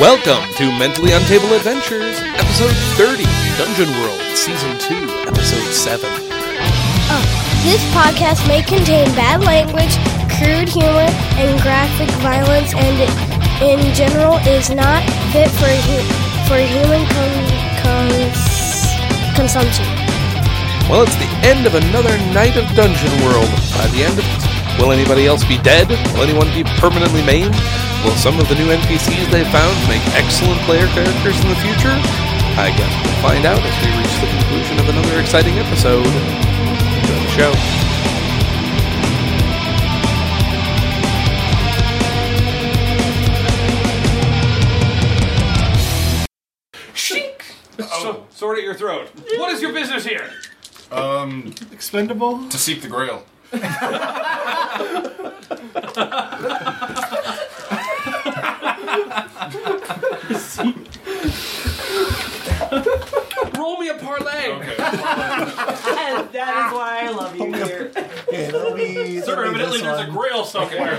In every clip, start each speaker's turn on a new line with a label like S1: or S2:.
S1: Welcome to Mentally Untable Adventures, episode 30, Dungeon World, season 2, episode 7.
S2: This podcast may contain bad language, crude humor, and graphic violence, and it, in general is not fit for hu- for human con- cons- consumption.
S1: Well, it's the end of another night of Dungeon World. By the end of it, will anybody else be dead? Will anyone be permanently maimed? Will some of the new NPCs they found make excellent player characters in the future? I guess we'll find out as we reach the conclusion of another exciting episode. Enjoy the show.
S3: Oh, sword at your throat. What is your business here?
S4: Expendable?
S5: Um, to seek the grail.
S3: Roll me a parlay.
S6: And that is why I love you here.
S4: Yeah, that'll be.
S3: Sir,
S4: that'll be
S3: evidently
S4: this
S3: there's a
S4: one.
S3: grail somewhere.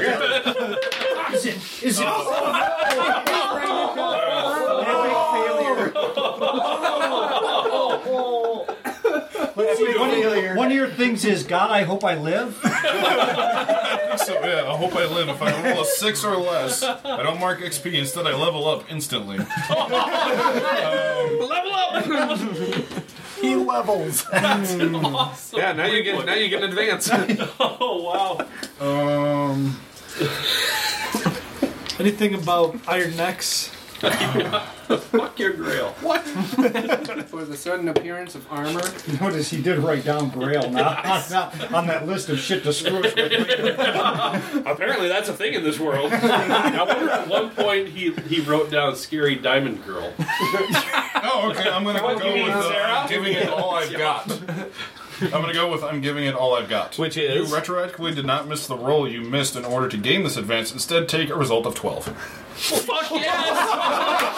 S3: Uh,
S5: Oh,
S4: Let's see, one, of your, one of your things is God, I hope I live.
S5: So yeah, I hope I live. If I roll a six or less, I don't mark XP. Instead, I level up instantly.
S3: Level up.
S4: He levels.
S5: Oh,
S3: awesome.
S1: now you get an advance.
S3: Oh wow.
S5: Um,
S7: Anything about Iron Necks?
S3: Fuck your grail.
S8: for the sudden appearance of armor.
S4: Notice he did write down Grail not, not on that list of shit to screw us with.
S3: Apparently that's a thing in this world. I wonder at one point he he wrote down scary diamond girl.
S5: oh, okay. I'm gonna
S3: What, you
S5: go
S3: mean
S5: with uh,
S3: Sarah?
S5: I'm giving it
S4: Oh,
S5: all I've got. I'm gonna go with I'm giving it all I've got.
S3: Which is?
S5: you retroactively did not miss the roll you missed in order to gain this advance. Instead, take a result of twelve.
S3: Fuck yes.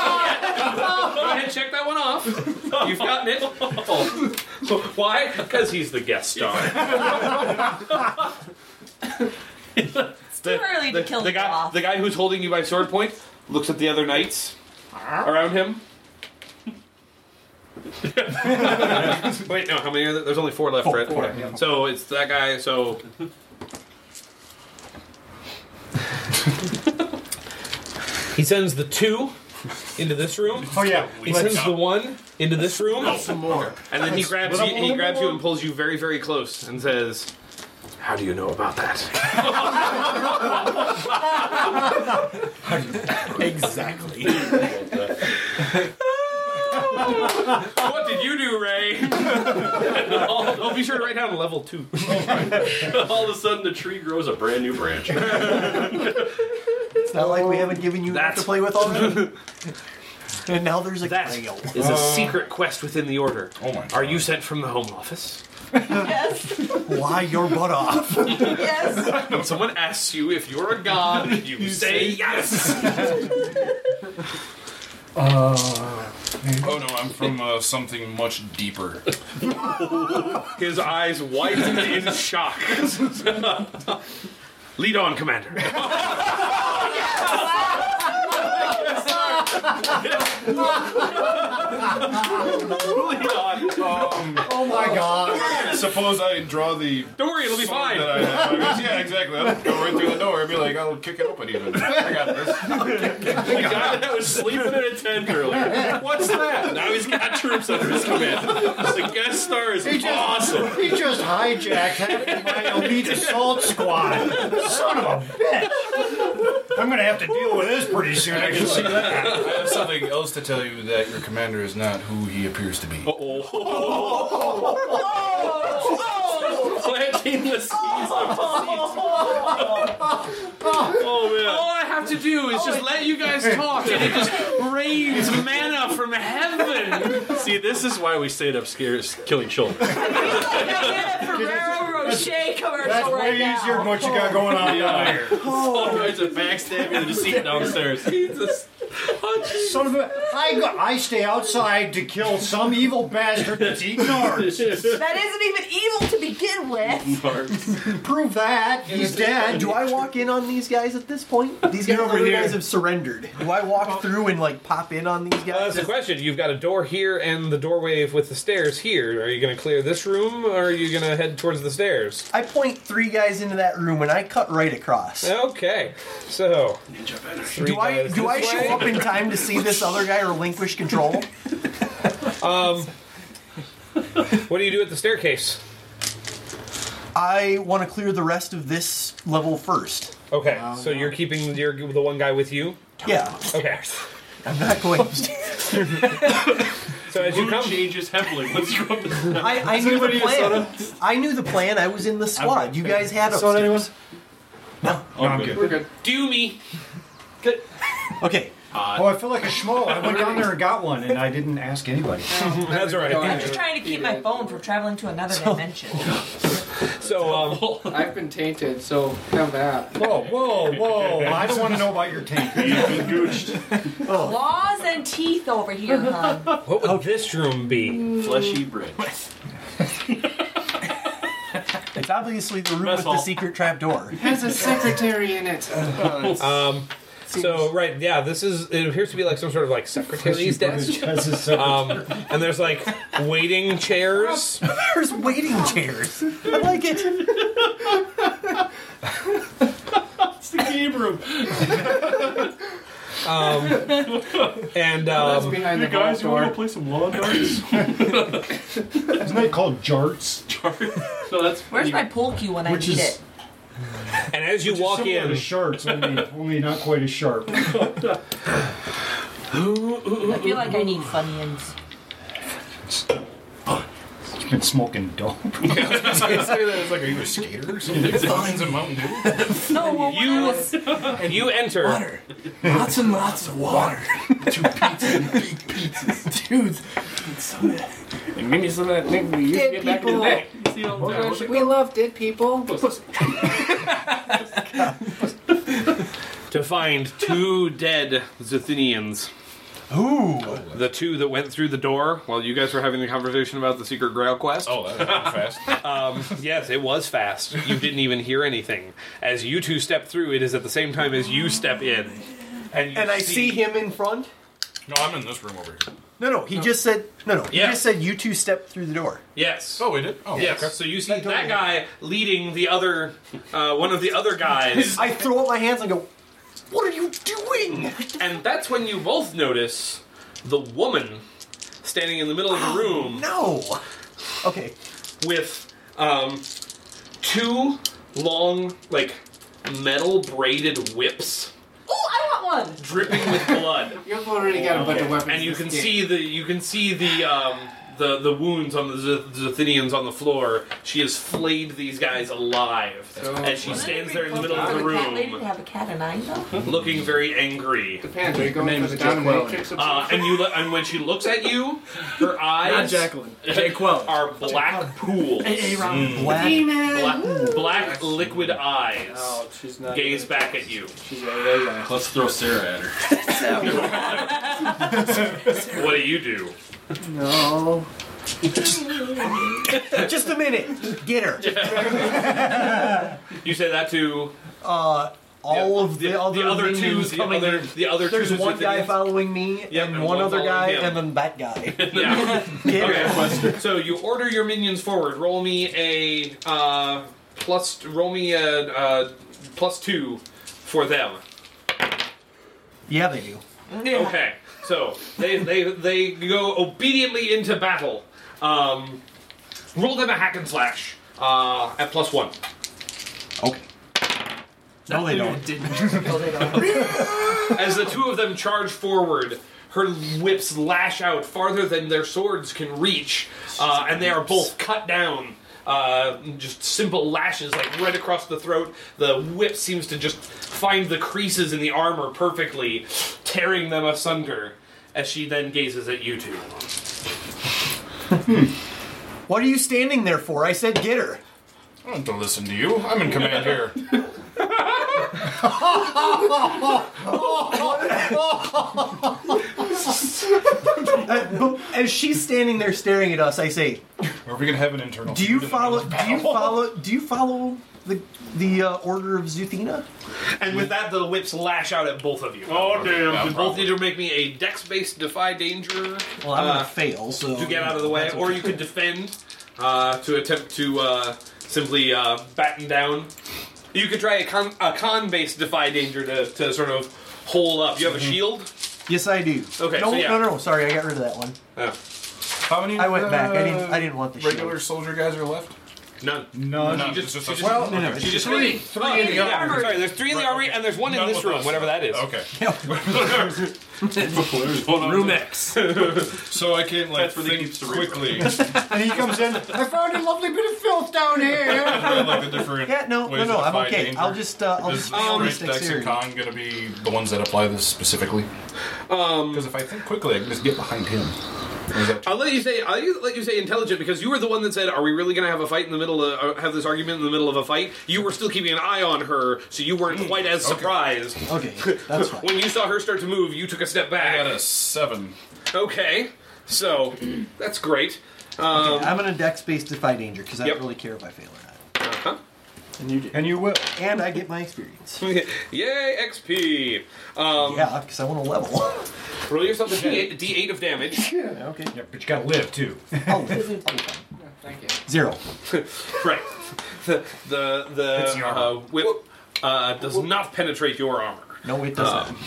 S3: Go ahead, check that one off. You've gotten it. Why? Because he's the guest star.
S6: Too early to kill
S3: The
S6: them
S3: guy,
S6: off.
S3: the guy who's holding you by sword point looks at the other knights around him. Wait, no, how many are there? There's only four left, right? So it's that guy, so. he sends the two into this room.
S4: Oh, yeah.
S3: He sends the one into this room. Some more. And then he grabs you, he grabs you and pulls you very, very close and says, How do you know about that?
S4: Exactly.
S3: What did you do, Ray? oh, oh, be sure to write down level two. All of a sudden, the tree grows a brand new branch.
S7: It's not like we haven't given you
S3: That's-
S7: enough to play with already. and now there's a
S3: That
S7: grail.
S3: is a
S7: Uh,
S3: secret quest within the order.
S5: Oh my.
S3: Are you sent from the home office?
S6: yes,
S7: Why your butt off?
S6: yes.
S3: When someone asks you if you're a god, you, say, yes.
S9: Uh.
S5: Oh no, I'm from uh, something much deeper.
S3: His eyes widen in shock. Lead on, Commander. Lead on. Um,
S4: Oh my God.
S5: Suppose I draw the
S3: Don't worry, it'll be fine.
S5: that I have. I guess, yeah, exactly. I'll go right through the door and be like, I'll kick it open even. I got this.
S3: The guy that was sleeping in a tent earlier. What's that? Now he's got troops under his command. The guest star is awesome.
S4: He just hijacked half of my elite assault squad. Son of a bitch. I'm going to have to deal with this pretty soon. I can see that.
S5: I have something else to tell you that your commander is not who he appears to be.
S3: Planting the seeds of Oh man! All I have to do is just let you guys talk, and it just rains manna from heaven. See, this is why we stayed upstairs killing children.
S6: Yeah, Ferrero Rocher commercial
S4: That's
S6: right
S4: way
S6: now.
S4: easier than what you got going on down here.
S9: Oh.
S3: All kinds of backstabbing and deceit downstairs. Jesus.
S4: Son of a, I, go, I stay outside to kill some evil bastard that's eating ours.
S6: That isn't even evil to begin with.
S4: Prove that. He's dead.
S7: Do I walk in on these guys at this point? These guys,
S4: Get over
S7: other
S4: here.
S7: guys have surrendered. Do I
S3: Oh.
S7: walk through and like pop in on these
S3: Uh,
S7: guys?
S3: that's the question. You've got a door here and the doorway with the stairs here. Are you going to clear this room or are you going to head towards the stairs?
S7: I point three guys into that room and I cut right across.
S3: Oh. Okay. So. three
S7: Do I
S3: guys
S7: do I
S3: this
S7: show
S3: way.
S7: up in time to see this other guy relinquish control?
S3: Um, What do you do at the staircase?
S7: I want to clear the rest of this level first.
S3: Okay. so you're keeping your, the one guy with you?
S7: Oh, Yeah,
S3: Okay.
S7: I'm not going. upstairs.
S3: So as you
S9: Mood
S3: come.
S9: changes heavily once you go up the
S7: I, I knew the plan. I knew the plan. I was in the squad. You guys had upstairs.
S9: Oh, I'm good.
S8: We're good.
S3: Do me.
S7: Okay.
S4: Oh, I feel like a schmo. I went down there and got one, and I didn't ask anybody.
S3: That's all right.
S6: I'm just trying to keep my phone from traveling to another dimension.
S3: So, um.
S8: I've been tainted, so have that.
S4: Whoa, whoa, whoa! I don't want to know about your tank.
S7: Oh.
S6: Claws and teeth over here, hon.
S3: What would this room be?
S9: fleshy bridge.
S7: It's obviously the room
S9: Mess
S7: with
S9: hall.
S7: the secret trap door.
S8: Has a secretary in it.
S3: Um, so right, yeah, this is. It appears to be like some sort of like secretary's desk. Um, and there's like waiting chairs.
S7: There's waiting chairs. I like it.
S9: It's the game room.
S3: Um, And
S8: Oh, That's
S3: um,
S8: behind
S9: You
S8: the
S9: guys, you want to
S8: door.
S9: play some lawn darts?
S4: Isn't that called jarts?
S9: no, that's
S6: Where's
S9: funny.
S6: my pool cue when I
S4: Which
S6: need
S4: is-
S6: it?
S3: and as you walk
S4: Similar
S3: in,
S4: to sharks, only, only not quite as sharp.
S6: I feel like I need funyuns.
S4: You've been smoking dope.
S5: It's like, are you a skater or something? Lines and Mountain Dew?
S6: No, well, when I
S3: You-
S6: was
S3: you enter.
S7: Lots and lots of water. Two pizzas and big pizzas. Dudes.
S9: Give me some of that thing we used to get back in the day. You see all the time. Look at
S8: We love dead people.
S9: those.
S3: To find two dead Zithinians.
S7: Ooh.
S3: The two that went through the door while you guys were having the conversation about the secret grail quest. Um,
S5: Oh, that was fast.
S3: Yes, it was fast. You didn't even hear anything. As you two step through, it is at the same time as you step in. And, you
S7: And I see him in front.
S5: No, I'm in this room over here.
S7: No, no. He just said. No, no. He
S3: Yeah.
S7: just said you two step through the door.
S3: Yes.
S5: Oh, we did? Oh,
S3: Yes.
S5: okay.
S3: So you see that guy leading the other, uh, one of the other guys,
S7: I throw up my hands and go. What are you doing?
S3: and that's when you both notice the woman standing in the middle of the room
S7: Oh, No. Okay.
S3: with um, two long, like metal braided whips
S6: Oh, I want one.
S3: dripping with blood,
S8: You've already got a bunch of weapons.
S3: and you
S8: this
S3: can
S8: game.
S3: see the you can see the. Um, the, the wounds on the Z- Zathinians on the floor. She has flayed these guys alive, and she stands there in the middle of the
S6: Cat lady to
S3: room,
S6: have a cat and I though.
S3: looking very angry.
S8: the pantry going for
S9: name's
S8: the
S9: Jacqueline.
S8: dominatrix. of
S3: Uh, and you, lo- and when she looks at you, her eyes
S9: Jacquel.
S3: are black pools, Mm.
S7: Black.
S3: black, black liquid eyes
S8: Oh, she's not.
S3: gaze back at you.
S8: She's a red eye.
S9: Let's throw Sarah at her.
S3: What do you do?
S8: No.
S7: Just a minute. Get her.
S3: You say that to
S7: Uh, all of the,
S3: the,
S7: other,
S3: the other two,
S7: minions
S3: the
S7: coming
S3: other,
S7: in.
S3: the other
S7: There's
S3: two.
S7: one guy
S3: Zithinians.
S7: following me,
S3: Yep,
S7: and
S3: and
S7: one
S3: one
S7: other
S3: following
S7: guy,
S3: him.
S7: and then that guy.
S3: Yeah.
S7: Get her.
S3: Okay. so you order your minions forward. Roll me a uh, plus. Roll me a uh, plus two for them.
S7: Yeah, they do.
S3: Okay, so they, they they go obediently into battle. Um, roll them a hack and slash uh, at plus one.
S7: Okay. No, they don't.
S6: No, they don't.
S3: As the two of them charge forward, her whips lash out farther than their swords can reach, uh, and they are both cut down. Uh, just simple lashes, like right across the throat. The whip seems to just find the creases in the armor perfectly, tearing them asunder. As she then gazes at you two.
S7: What are you standing there for? I said get her.
S5: I don't have to listen to you. I'm in command here.
S7: Uh, but as she's standing there staring at us, I say,
S5: Or we can have an
S3: Oh,
S5: internal.
S7: "Do you follow? Do you follow? Do you follow the the uh, order of Zuthena?"
S3: And with that, the whips lash out at both of you.
S9: Oh, damn.
S3: You both need to make me a dex-based defy danger.
S7: Well, I'm gonna
S3: uh,
S7: fail, so
S3: to get out of the way, or you could defend uh, to attempt to uh, simply uh, batten down. You could try a con a con based defy danger to, to sort of hole up. You have a shield.
S7: Mm-hmm. Yes, I do.
S3: Okay,
S7: No,
S3: so yeah.
S7: no, no, Sorry, I got rid of that one.
S3: Oh,
S5: How many?
S7: I went back. I didn't.
S5: uh,
S7: I didn't want the
S5: regular
S7: shield.
S5: soldier guys are left.
S3: none.
S5: No, no,
S3: She
S5: it's
S3: just,
S5: just
S3: she
S5: us.
S3: just,
S5: Well,
S7: no, no,
S3: she just
S7: it's-
S3: three, three in the armory. Sorry, there's three in the
S5: Right,
S3: armory,
S5: okay.
S3: and there's one in
S5: None
S3: this
S5: with
S3: room,
S5: us.
S3: whatever that is.
S5: Okay.
S9: Room X.
S5: So I can't like
S10: That's where they
S5: think
S10: keep cerebral.
S5: quickly.
S4: And he comes in. I found a lovely bit of filth down here.
S5: I like the different.
S7: Yeah, no,
S5: ways
S7: no, no.
S5: to
S7: I'm
S5: defy
S7: okay.
S5: danger.
S7: I'll just. Uh, I'll
S5: Is
S7: just fail
S5: straight
S7: this
S5: Dex and
S7: dexterity.
S5: Con gonna be the ones that apply this specifically? Um, because if I think quickly, I can just get behind him. Or is that
S3: I'll let you say I'll you- let you say intelligent because you were the one that said, "Are we really going to have a fight in the middle of uh, have this argument in the middle of a fight?" You were still keeping an eye on her, so you
S5: Hmm,
S3: weren't quite as surprised.
S7: Okay, that's fine.
S3: When you saw her start to move, you took a step
S5: I
S3: back.
S5: got a seven.
S3: Okay, so that's great.
S7: I'm gonna dex based defy danger because I
S3: Um, Yep.
S7: don't really care if I fail or not.
S3: Uh-huh.
S11: and you did.
S4: And you will.
S7: And I get my experience.
S3: Yay, XP!
S7: yeah, because I want to level.
S3: Roll yourself a D8, D8 of damage.
S7: Yeah, okay.
S4: Yeah, but you gotta live too.
S7: I'll live. I'll be fine.
S11: Thank you.
S7: Zero.
S3: Right. The the,
S4: It's
S3: the
S4: your
S3: uh,
S4: armor.
S3: whip uh, does not penetrate your armor. Um,
S7: No, it doesn't.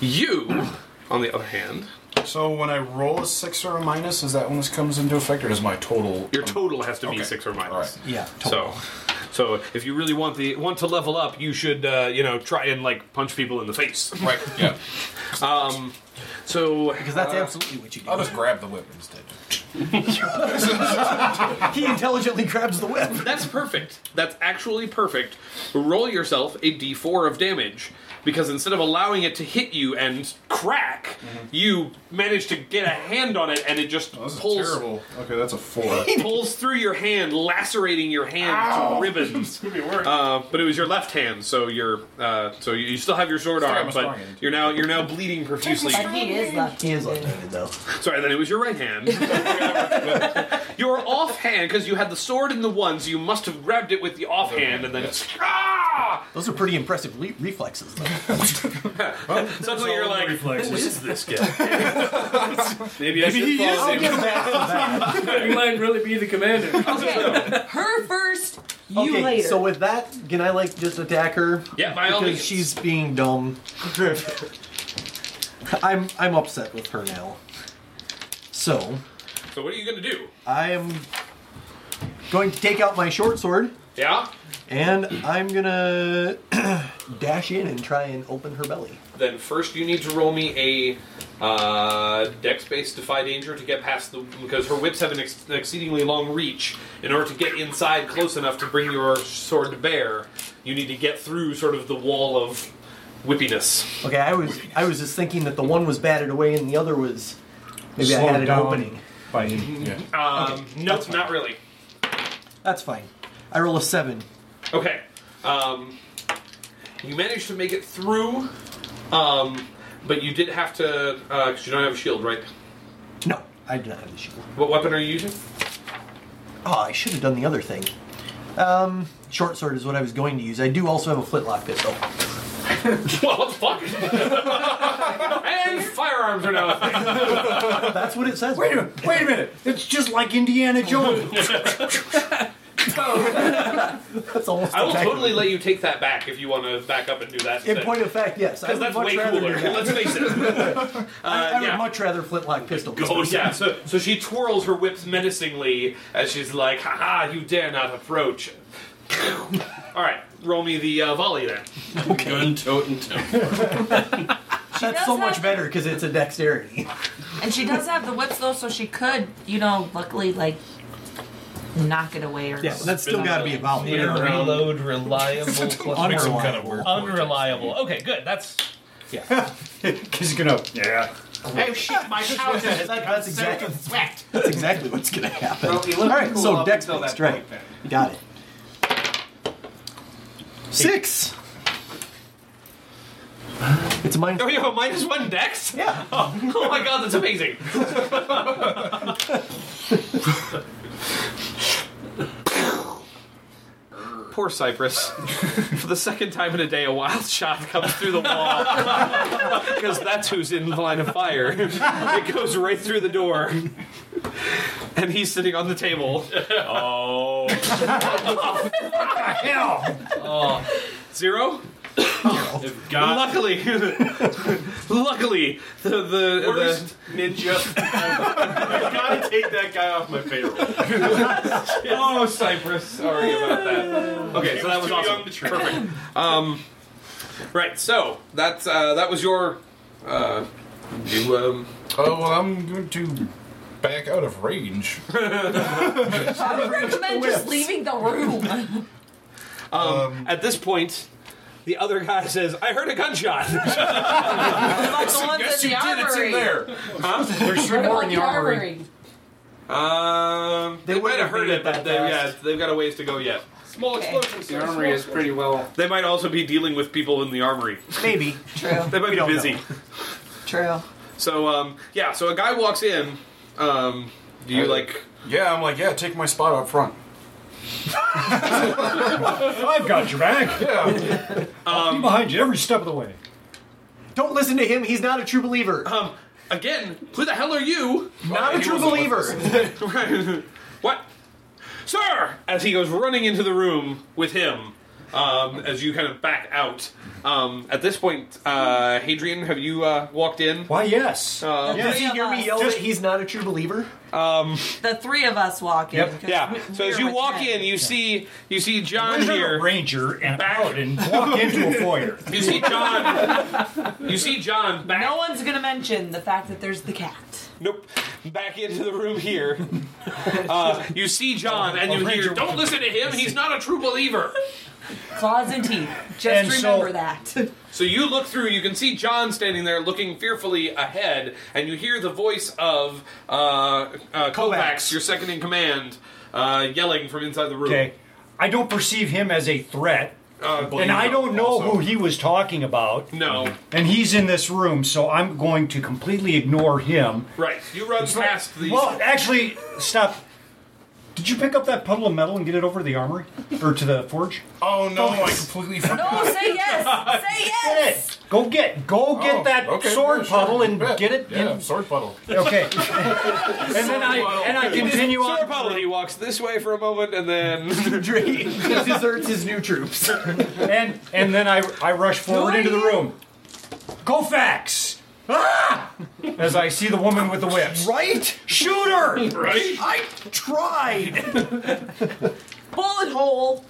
S3: You, on the other hand,
S5: So when I roll a six or a minus, is that when this comes into effect, or does my total?
S3: your total has to be
S5: Okay.
S3: six or
S5: All
S3: minus.
S5: right.
S7: yeah.
S3: So, so if you really want the want to level up, you should uh, you know try and like punch people in the face. Um,
S5: Right. Yeah.
S3: So uh,
S7: Because that's absolutely what you do.
S5: I'll just grab the whip instead.
S7: he intelligently grabs the whip.
S3: That's perfect. That's actually perfect. Roll yourself a d4 of damage because instead of allowing it to hit you and crack,
S5: Mm-hmm.
S3: you manage to get a hand on it and it just
S5: Oh, this is
S3: pulls
S5: terrible. Okay, that's a four.
S3: pulls through your hand, lacerating your hand to ribbons. Uh, but it was your left hand, so you're uh, so you you still have your sword
S5: Still got
S3: arm,
S5: my
S3: but
S5: strong hand.
S3: you're now you're now bleeding profusely.
S6: And he is left.
S7: He is left-handed though.
S3: Sorry, then it was your right hand. your off hand, because you had the sword in the one, so you must have grabbed it with the off hand and then ah!
S7: Those are pretty impressive le- reflexes though.
S3: Suddenly you're like, who is this guy?
S9: Maybe I should follow him. You might really be the commander.
S6: Okay. Her first, you
S7: okay,
S6: later.
S7: so with that, can I like just attack her?
S3: Yeah, by all
S7: because
S3: means.
S7: she's being dumb. I'm I'm upset with her now. So
S3: So what are you gonna do?
S7: I am going to take out my short sword
S3: Yeah?
S7: and I'm gonna dash in and try and open her belly.
S3: Then first you need to roll me a uh, dex-based defy danger to get past the because her whips have an ex- exceedingly long reach. In order to get inside close enough to bring your sword to bear, you need to get through sort of the wall of whippiness.
S7: Okay, I was I was just thinking that the one was batted away and the other was maybe I had an opening.
S4: By
S5: yeah.
S3: Um, no, not really.
S7: That's fine. I roll a seven.
S3: Okay. Um, you managed to make it through, um, but you did have to because you don't have a shield, right?
S7: No, I do not have the shield.
S3: What weapon are you using?
S7: Oh, I should have done the other thing. Um, short sword is what I was going to use. I do also have a flintlock pistol.
S3: well, what the fuck? and firearms are now a thing.
S7: That's what it says.
S4: Wait a minute. Wait a minute. It's just like Indiana Jones.
S7: That's almost.
S3: I will
S7: exactly-
S3: totally let you take that back if you want to back up and do that.
S7: In point of fact, yes, I
S3: because
S7: would
S3: that's
S7: much
S3: way
S7: rather
S3: cooler.
S7: do that.
S3: Let's face it.
S7: I, I would
S3: yeah.
S7: much rather flintlock pistol.
S3: Oh yeah. So, so she twirls her whips menacingly as she's like, "Ha ha! You dare not approach." All right, roll me the uh, volley then.
S10: Gun tote and tote.
S7: That's
S6: does
S7: so much
S6: have-
S7: better because it's a dexterity.
S6: and she does have the whips though, so she could, you know, luckily like knock it away or
S7: Yeah, that's still got to be a volley.
S3: reload reliable
S5: Some kind of word.
S3: unreliable. Okay, good. That's
S4: He's gonna. Yeah.
S6: Oh shit, my house
S7: That- that's exactly
S6: sweat.
S7: that's exactly what's gonna happen.
S11: Well, you
S7: All
S11: look
S7: right,
S11: cool
S7: so
S11: up
S7: dex
S11: until that
S7: based, right?
S11: point then.
S7: You Got it. Six. It's a minus.
S3: Oh, you have a minus one dex? Yeah. Oh, oh my god, that's amazing. Poor Cypress. For the second time in a day, a wild shot comes through the wall. Because that's who's in the line of fire. It goes right through the door. And he's sitting on the table. Oh.
S4: Hell!
S3: Uh, Zero? Luckily, luckily, the the,
S10: Worst
S3: the ninja. I gotta take that guy off my payroll. oh, Cypress, sorry about that. Okay, so that was, awesome. Perfect. Um, right, so that's uh, that was your. Uh, you um.
S5: Oh well, I'm going to back out of range.
S6: I would recommend just leaving the room.
S3: Um, at this point, the other guy says, "I heard a gunshot."
S6: like the ones
S5: Yes,
S6: in
S5: you
S6: the
S5: did. It's in
S6: armory.
S5: there.
S3: Huh?
S4: There's three more in the armory.
S3: Um, they, might have heard it, but they, yeah,
S8: fast.
S3: they've got a ways to go yet. Small
S6: Okay.
S3: explosions.
S8: The armory is pretty well.
S3: They might also be dealing with people in the armory.
S7: Maybe.
S6: True.
S3: They might
S7: We
S3: be
S7: don't
S3: busy.
S7: know.
S6: True.
S3: So um, yeah, so a guy walks in. Um, do you like?
S5: Yeah, I'm like, yeah, take my spot up front.
S4: I've got your back.
S5: Yeah.
S3: Um,
S4: I'll be behind you every step of the way.
S7: Don't listen to him. He's not a true believer.
S3: Um, again, who the hell are you?
S7: not a true believer.
S3: what? Sir! As he goes running into the room with him, um, as you kind of back out. Um, at this point, uh, Hadrian, have you uh, walked in?
S4: Why, yes.
S3: Uh,
S7: Did you hear me yell
S4: Just-
S7: that he's Um, not a true believer?
S6: The three of us walk in.
S4: Yep.
S6: 'cause
S3: yeah.
S6: we-
S3: So
S6: we
S3: as
S6: were
S3: you
S6: with
S3: walk
S6: Ted.
S3: in, you see you see John
S4: Wizard,
S3: here.
S4: ranger, and paladin walk into a foyer.
S3: You see John. you see John back.
S6: No one's gonna mention the fact that there's the cat.
S3: Nope. Back into the room here. Uh, you see John, and you hear, "Don't listen to him. He's not a true believer."
S6: Claws and teeth. Just
S4: And so-
S6: remember that.
S3: So you look through, you can see John standing there looking fearfully ahead, and you hear the voice of uh, uh, Kovacs, your second in command, uh, yelling from inside the room.
S4: Okay. I don't perceive him as a threat,
S3: Uh,
S4: and I don't know who he was talking about.
S3: No.
S4: And he's in this room, so I'm going to completely ignore him.
S3: Right. You run past the.
S4: Well, actually, stop. Did you pick up that puddle of metal and get it over to the armory? Or to the forge?
S5: Oh no, I completely forgot.
S6: No, say yes. Say
S4: Hey,
S6: yes.
S4: go get go get
S5: Oh,
S4: that
S5: okay,
S4: sword
S5: yeah, sure,
S4: puddle and
S5: bet.
S4: get it
S5: Yeah,
S4: in
S5: sword puddle.
S4: Okay. and then I and I continue
S3: Sir
S4: on.
S3: Apollo, he walks this way for a moment, and then
S7: Drake deserts his new troops.
S4: And and then I I rush forward
S6: are
S4: into the
S6: you?
S4: room. Kofax! Ah! As I see the woman with the whips.
S7: Right?
S4: Shoot her!
S3: right.
S7: I tried.
S6: Bullet hole.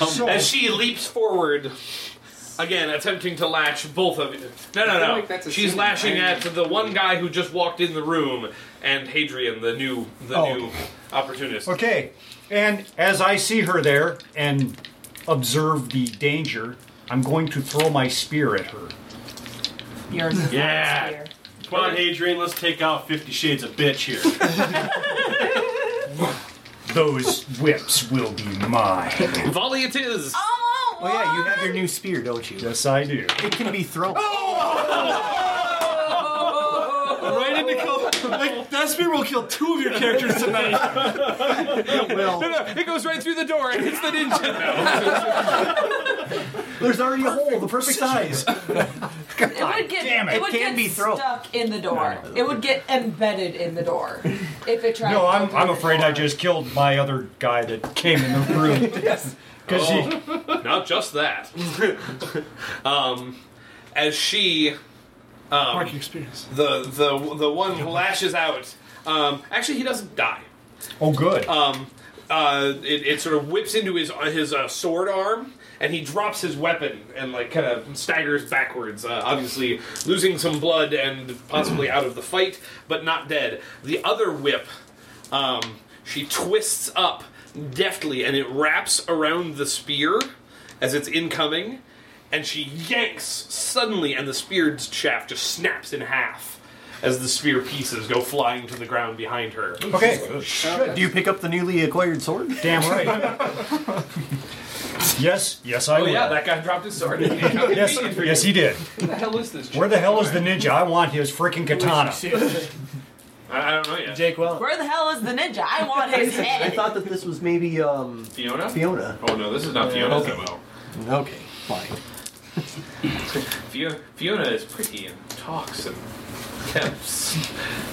S3: As she leaps forward, again attempting to lash both of you. No, no,
S8: I feel
S3: no.
S8: like that's a
S3: She's
S8: scene
S3: lashing
S8: in
S3: at
S8: Iron
S3: the one guy who just walked in the room, and Hadrian, the new, the
S4: Oh.
S3: new opportunist.
S4: Okay. And as I see her there and observe the danger, I'm going to throw my spear at her.
S6: Yours is
S10: Yeah.
S6: last year.
S10: Come on, Adrian, let's take out Fifty Shades of Bitch here.
S4: Those whips will be mine.
S3: Volley it is.
S6: Oh,
S7: Oh yeah, you have your new spear, don't you?
S4: Yes, I do.
S7: It can be thrown.
S10: right into kill. Like, that spear will kill two of your characters tonight.
S7: Well,
S3: It goes right through the door and hits the ninja.
S7: there's already a hole, the perfect size.
S6: It would get,
S4: damn it,
S6: it would
S7: can
S6: get
S7: be thrown.
S6: stuck in the door. It would get embedded in the door if it tried.
S4: No,
S6: to
S4: I'm,
S6: open
S4: I'm
S6: the
S4: afraid
S6: door.
S4: I just killed my other guy that came in the room. yes. Because
S3: Oh.
S4: he.
S3: Not just that. um, as she, um,
S10: experience.
S3: the the the one lashes out. Um, actually, he doesn't die.
S4: Oh, good.
S3: um, uh, it, it sort of whips into his his uh, sword arm, and he drops his weapon and like kind of staggers backwards, uh, obviously losing some blood and possibly out of the fight, but not dead. The other whip, um, she twists up deftly, and it wraps around the spear as it's incoming, and she yanks suddenly, and the spear's shaft just snaps in half. as the spear pieces go flying to the ground behind her.
S7: Okay. Do you pick up the newly acquired sword?
S3: Damn
S4: right. Yes, yes, I
S3: oh
S4: will.
S3: yeah, that guy dropped his sword.
S4: yes, yes, he did.
S3: Who the hell is this?
S4: Where the hell is the ninja? I want his freaking katana.
S3: I, I don't know yet.
S4: Jake, well,
S6: Where the hell is the ninja? I want his head.
S7: Oh, I thought that this was maybe um,
S3: Fiona?
S7: Fiona.
S3: Oh no, this is not Fiona.
S7: Okay.
S3: Well.
S7: Okay, fine.
S3: Fiona, Fiona is pretty and talks and tempts.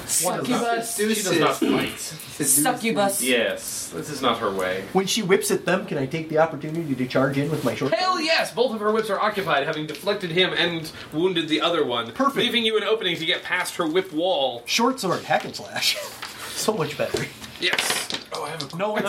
S8: Succubus
S3: She does not fight.
S6: Succubus.
S3: Yes, this is not her way.
S7: When she whips at them, can I take the opportunity to charge in with my short?
S3: Hell yes! Both of her whips are occupied, having deflected him and wounded the other one. Perfect. Leaving you an opening to get past her whip wall.
S7: Short sword, hack and slash. so much better.
S3: Yes.
S10: Oh, I have a.
S7: No, it's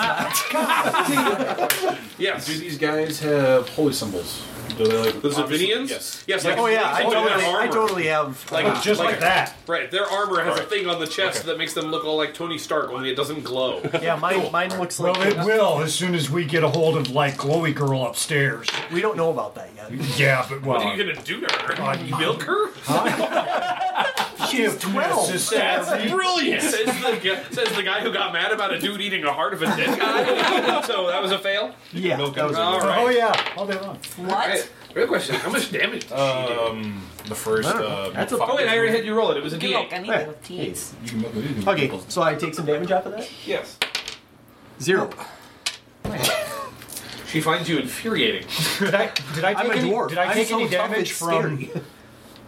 S7: not.
S3: Yes.
S10: Do these guys have holy symbols? Do they like
S3: Those Avinians?
S10: Yes.
S3: Yes. Like,
S7: oh yeah, I
S3: like their
S7: totally, I
S3: armor.
S7: totally have. uh,
S3: Like,
S4: just like that.
S3: Right, their armor has a
S10: Right.
S3: thing on the chest that makes them look all like Tony Stark, only it doesn't glow.
S7: yeah, mine, mine looks
S4: Well,
S7: like.
S4: it will as soon as we get a hold of like Glowy Girl upstairs.
S7: We don't know about that yet.
S4: Yeah, but
S3: What are
S4: well, uh,
S3: you gonna do to her? You milk her?
S4: she's twelve.
S3: That's brilliant. Says the, guy, says the guy who got mad about a dude eating a heart of a dead guy. so that was a fail.
S7: Yeah,
S5: Milk
S7: that was
S5: it.
S3: All right.
S4: Oh yeah, all day long.
S6: What?
S3: Hey, real question: How much damage? Did she do?
S5: Um, the first. Uh,
S7: That's a-
S5: five-
S3: Oh wait, I already had you roll it. It was a
S6: You look, I
S3: d8.
S6: need it with
S7: Hey.
S6: teeth.
S5: You can milk it, you can
S7: Okay,
S5: milk it.
S7: so I take some damage off of that.
S3: Yes.
S7: Zero.
S3: She finds you infuriating.
S4: Did I did I take
S7: I'm a
S4: any,
S7: dwarf.
S4: Did I
S7: I'm
S4: take
S7: so
S4: any
S7: tough,
S4: damage
S7: it's
S4: from
S7: scary.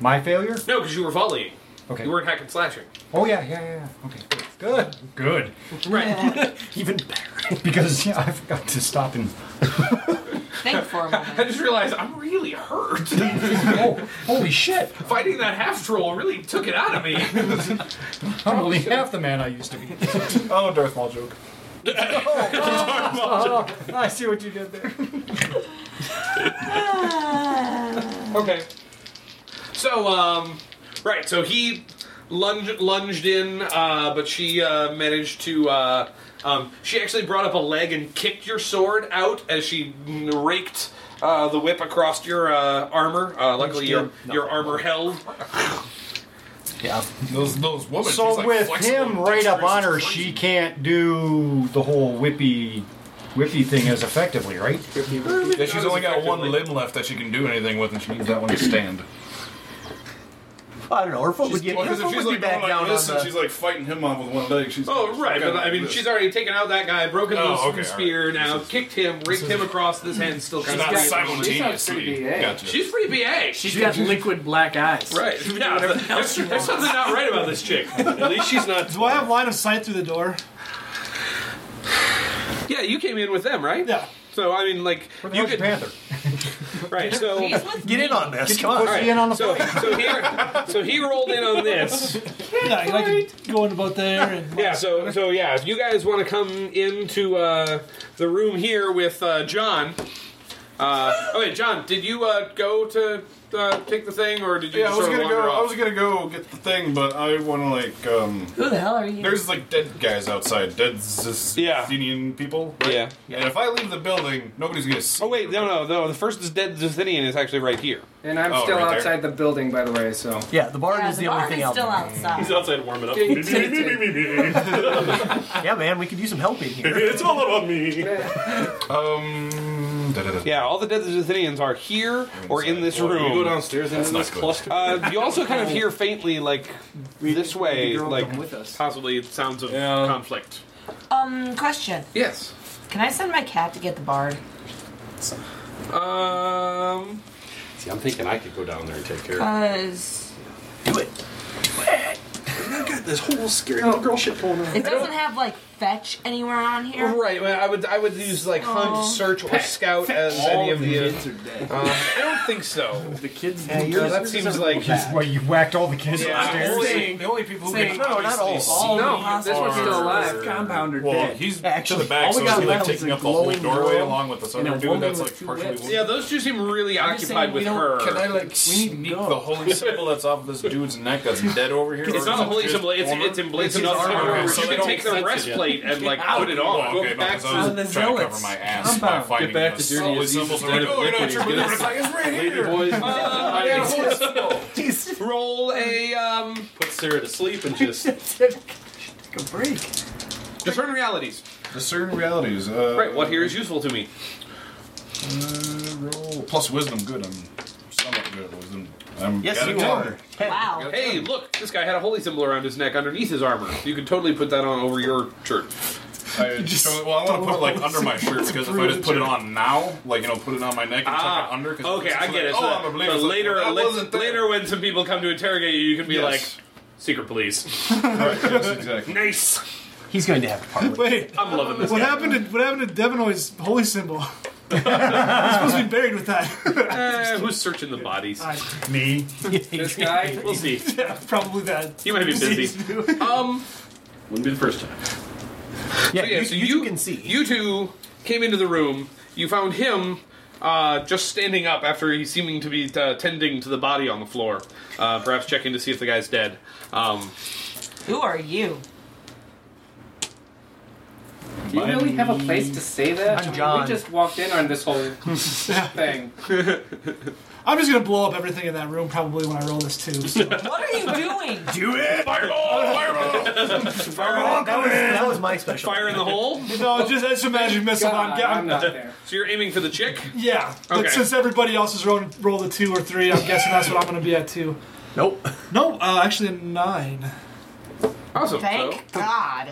S4: my failure?
S3: No, because you were volleying.
S4: Okay.
S3: You weren't hack and slashing.
S4: Oh yeah, yeah, yeah. yeah. Okay, good, good.
S3: Right.
S7: Even better.
S4: good. Because yeah, I forgot to stop and.
S6: Think for a
S3: I
S6: moment.
S3: just realized I'm really hurt.
S4: Oh, holy shit!
S3: Fighting that half troll really took it out of me.
S4: I'm only half the man I used to be.
S10: Oh, Darth Maul joke.
S4: Oh,
S3: Oh.
S4: I see what you did there.
S3: Okay. So, um, right. So he lunge, lunged in, uh, but she uh, managed to. Uh, um, she actually brought up a leg and kicked your sword out as she raked uh, the whip across your uh, armor. Uh, luckily, your
S7: did
S3: your
S7: nothing.
S3: armor held.
S7: Yeah.
S5: Those those women.
S4: So
S5: she's like
S4: with
S5: flexible
S4: him
S5: and
S4: right up
S5: dexterous
S4: on
S5: as
S4: her,
S5: crazy.
S4: she can't do the whole whippy, whippy thing as effectively, right?
S5: Yeah, she's only got one limb left that she can do anything with, and she needs that one to stand.
S7: I don't know. Her foot would get.
S5: Well,
S7: Her
S5: 'cause
S7: foot
S5: if she's
S7: would be
S5: like
S7: back
S5: going
S7: down
S5: like
S7: on
S5: this, and she's
S7: the.
S5: like fighting him off with one leg, she's.
S3: Oh right, but I mean, she's already taken out that guy, broken
S5: Oh,
S3: loose from
S5: okay,
S3: the spear
S5: alright.
S3: now, kicked him, raked him across this hand, still kind
S5: not
S3: of.
S5: simultaneously.
S8: pretty, eh?
S5: Gotcha.
S3: She's pretty BA.
S9: She's got liquid black eyes.
S3: Right. Yeah, there's, there's something not right about this chick. At least she's not.
S12: Do I have line of sight through the door?
S3: Yeah, you came in with them, right?
S12: Yeah.
S3: So I mean, like
S4: Where the
S3: you
S4: hell's your
S3: could
S4: panther?
S3: right. So
S6: He's with
S7: Get
S6: me.
S7: in on this. Come
S4: Pussy
S7: on.
S4: in on the
S3: so,
S4: phone.
S3: so here, so he rolled in on this.
S12: Yeah, I like going about there and
S3: Yeah. So so yeah, if you guys want to come into uh, the room here with uh, John. Uh, oh wait, John, did you uh, go to uh, take the thing, or did you
S5: Yeah, I
S3: just
S5: was
S3: sort
S5: gonna
S3: of wander
S5: go.
S3: off?
S5: I was gonna go get the thing, but I want to like. um...
S6: Who the hell are you?
S5: There's like dead guys outside, dead
S3: Yeah.
S5: Zestinian people.
S3: Yeah.
S5: And if I leave the building, nobody's gonna see.
S3: Oh wait, no, no, no. The first dead Zithinian is actually right here.
S8: And I'm
S5: Oh,
S8: still
S5: right there.
S8: outside the building, by the way, so.
S7: Yeah, the barn
S6: yeah,
S7: is
S6: the
S7: the, only
S6: barn
S7: thing
S6: is
S7: out
S6: still
S7: there.
S6: outside.
S3: outside warming up.
S7: Yeah, man, we could use some help in here.
S3: it's all about me.
S5: Um. da-da-da.
S3: Yeah, all the dead Zithinians are here or in this room.
S10: You go downstairs and
S5: That's
S10: then
S5: not
S10: this
S5: good.
S10: cluster.
S3: Uh, you also kind of hear faintly, like this way,
S8: Girl,
S3: like
S8: come with us.
S3: possibly sounds of
S10: Yeah.
S3: conflict.
S6: Um, question.
S3: Yes.
S6: Can I send my cat to get the bard?
S3: Um.
S10: See, I'm thinking I could go down there and take care.
S6: Uh,
S10: of
S6: Cause
S7: Do it.
S10: it. This whole scary
S3: Oh,
S10: little girl shit pulling out.
S6: it doesn't have like fetch anywhere on here.
S3: Right. Well, I would I would use like hunt,
S6: Oh.
S3: search, or scout as any of the.
S8: are dead.
S3: Um, I don't think so.
S8: The kids
S7: Yeah,
S8: need
S7: yours-
S3: that
S7: yours
S3: seems
S7: doesn't
S3: like-
S7: look bad.
S4: Well, you whacked all the kids
S3: Yeah.
S4: upstairs.
S6: Saying-
S5: The only people who can
S6: saying-
S7: No, not all.
S5: obviously
S7: All
S5: see-
S6: the
S8: No, this one's still
S5: are-
S8: alive. Compound are
S5: Well,
S8: dead.
S5: he's
S7: Actually,
S5: to the back,
S7: all we
S5: so
S7: got
S5: he's like
S7: left is
S5: taking
S7: a
S5: up the whole
S7: glowing
S5: doorway
S7: girl
S5: along with this
S8: and a
S5: other dude
S8: woman
S5: that's
S8: with
S5: like
S8: two
S5: partially
S8: lips.
S5: wounded.
S3: Yeah, those two seem really
S6: just
S3: occupied
S6: saying we
S3: with
S6: don't-
S3: her.
S5: Can I like sneak
S8: go.
S5: the holy symbol that's off this dude's neck that's dead over here?
S3: It's not
S5: or is
S3: a
S5: it
S3: holy
S5: just
S3: symbol. It's
S5: armor?
S3: it's emblazoned
S5: just
S3: on the
S5: armor,
S3: armor.
S5: so
S3: You
S5: they
S3: can
S5: don't
S3: take their
S5: sense it yet.
S3: breastplate and like put it
S5: Oh,
S3: on.
S5: okay,
S3: Go
S5: no,
S3: back
S5: because I
S3: to
S5: was
S12: the
S5: trying to cover
S12: zealots.
S5: my ass by
S12: Compound.
S5: finding
S10: Get back to
S5: this
S10: dirty
S5: holy
S10: as
S5: symbol.
S10: easy
S5: Like,
S10: as
S5: oh, you're not
S10: liquid,
S5: tripping.
S10: you
S5: It's like, it's right here.
S10: Boys,
S3: Uh,
S10: I got a holy symbol.
S7: Jeez.
S13: Roll a um.
S3: Put Sarah to sleep and just
S13: Take a break. Discern realities.
S5: Discern realities. Uh,
S3: right. What here is useful to me?
S5: Uh, roll plus wisdom. Good. I'm somewhat good at wisdom. I'm
S3: Yes,
S5: got a
S3: you
S5: 10.
S3: are.
S6: Wow.
S3: Hey, look! This guy had a holy symbol around his neck underneath his armor. You could totally put that on over your shirt.
S5: I, uh, so, well, I want to put it like under my shirt because if I just put it on now, like you know, put it on my neck and tuck it under. 'cause
S3: Ah, okay,
S5: it's
S3: I
S5: like,
S3: get it. So
S5: Oh,
S3: that-
S5: I'm a believer.
S3: so
S5: So
S3: later,
S5: that
S3: la-
S5: wasn't there.
S3: later when some people come to interrogate you, you can be
S5: Yes.
S3: like, "Secret police."
S5: exactly.
S3: nice.
S7: He's going to have to part with
S8: Wait,
S3: I'm loving this.
S8: what
S3: guy.
S8: happened to what happened to Devinoy's holy symbol? He's supposed to be buried with that.
S3: Eh, who's searching the bodies?
S8: Me.
S3: This guy. We'll see.
S8: Probably that.
S3: You might be busy. um, Wouldn't be the first time.
S7: Yeah,
S3: you, so you can see. You two came into the room. You found him uh, just standing up after he seeming to be uh, tending to the body on the floor, uh, perhaps checking to see if the guy's dead. Um,
S6: Who are you?
S9: Do you really have a place to say that?
S8: I'm John.
S9: We just walked in on this whole thing.
S8: I'm just gonna blow up everything in that room probably when I roll this too. So.
S6: What are you doing?
S8: Do it!
S3: Fireball! Fireball!
S8: Fireball! That was,
S7: that was my special.
S3: Fire in the hole?
S8: No, just that's a magic missile. I'm, I'm,
S3: So you're aiming for the chick?
S8: Yeah, but
S3: Okay.
S8: since everybody else is rolling rolled a two or three, I'm guessing that's what I'm gonna be at two.
S7: Nope.
S8: No, uh, actually a nine.
S3: Awesome.
S6: Thank
S3: So,
S6: God.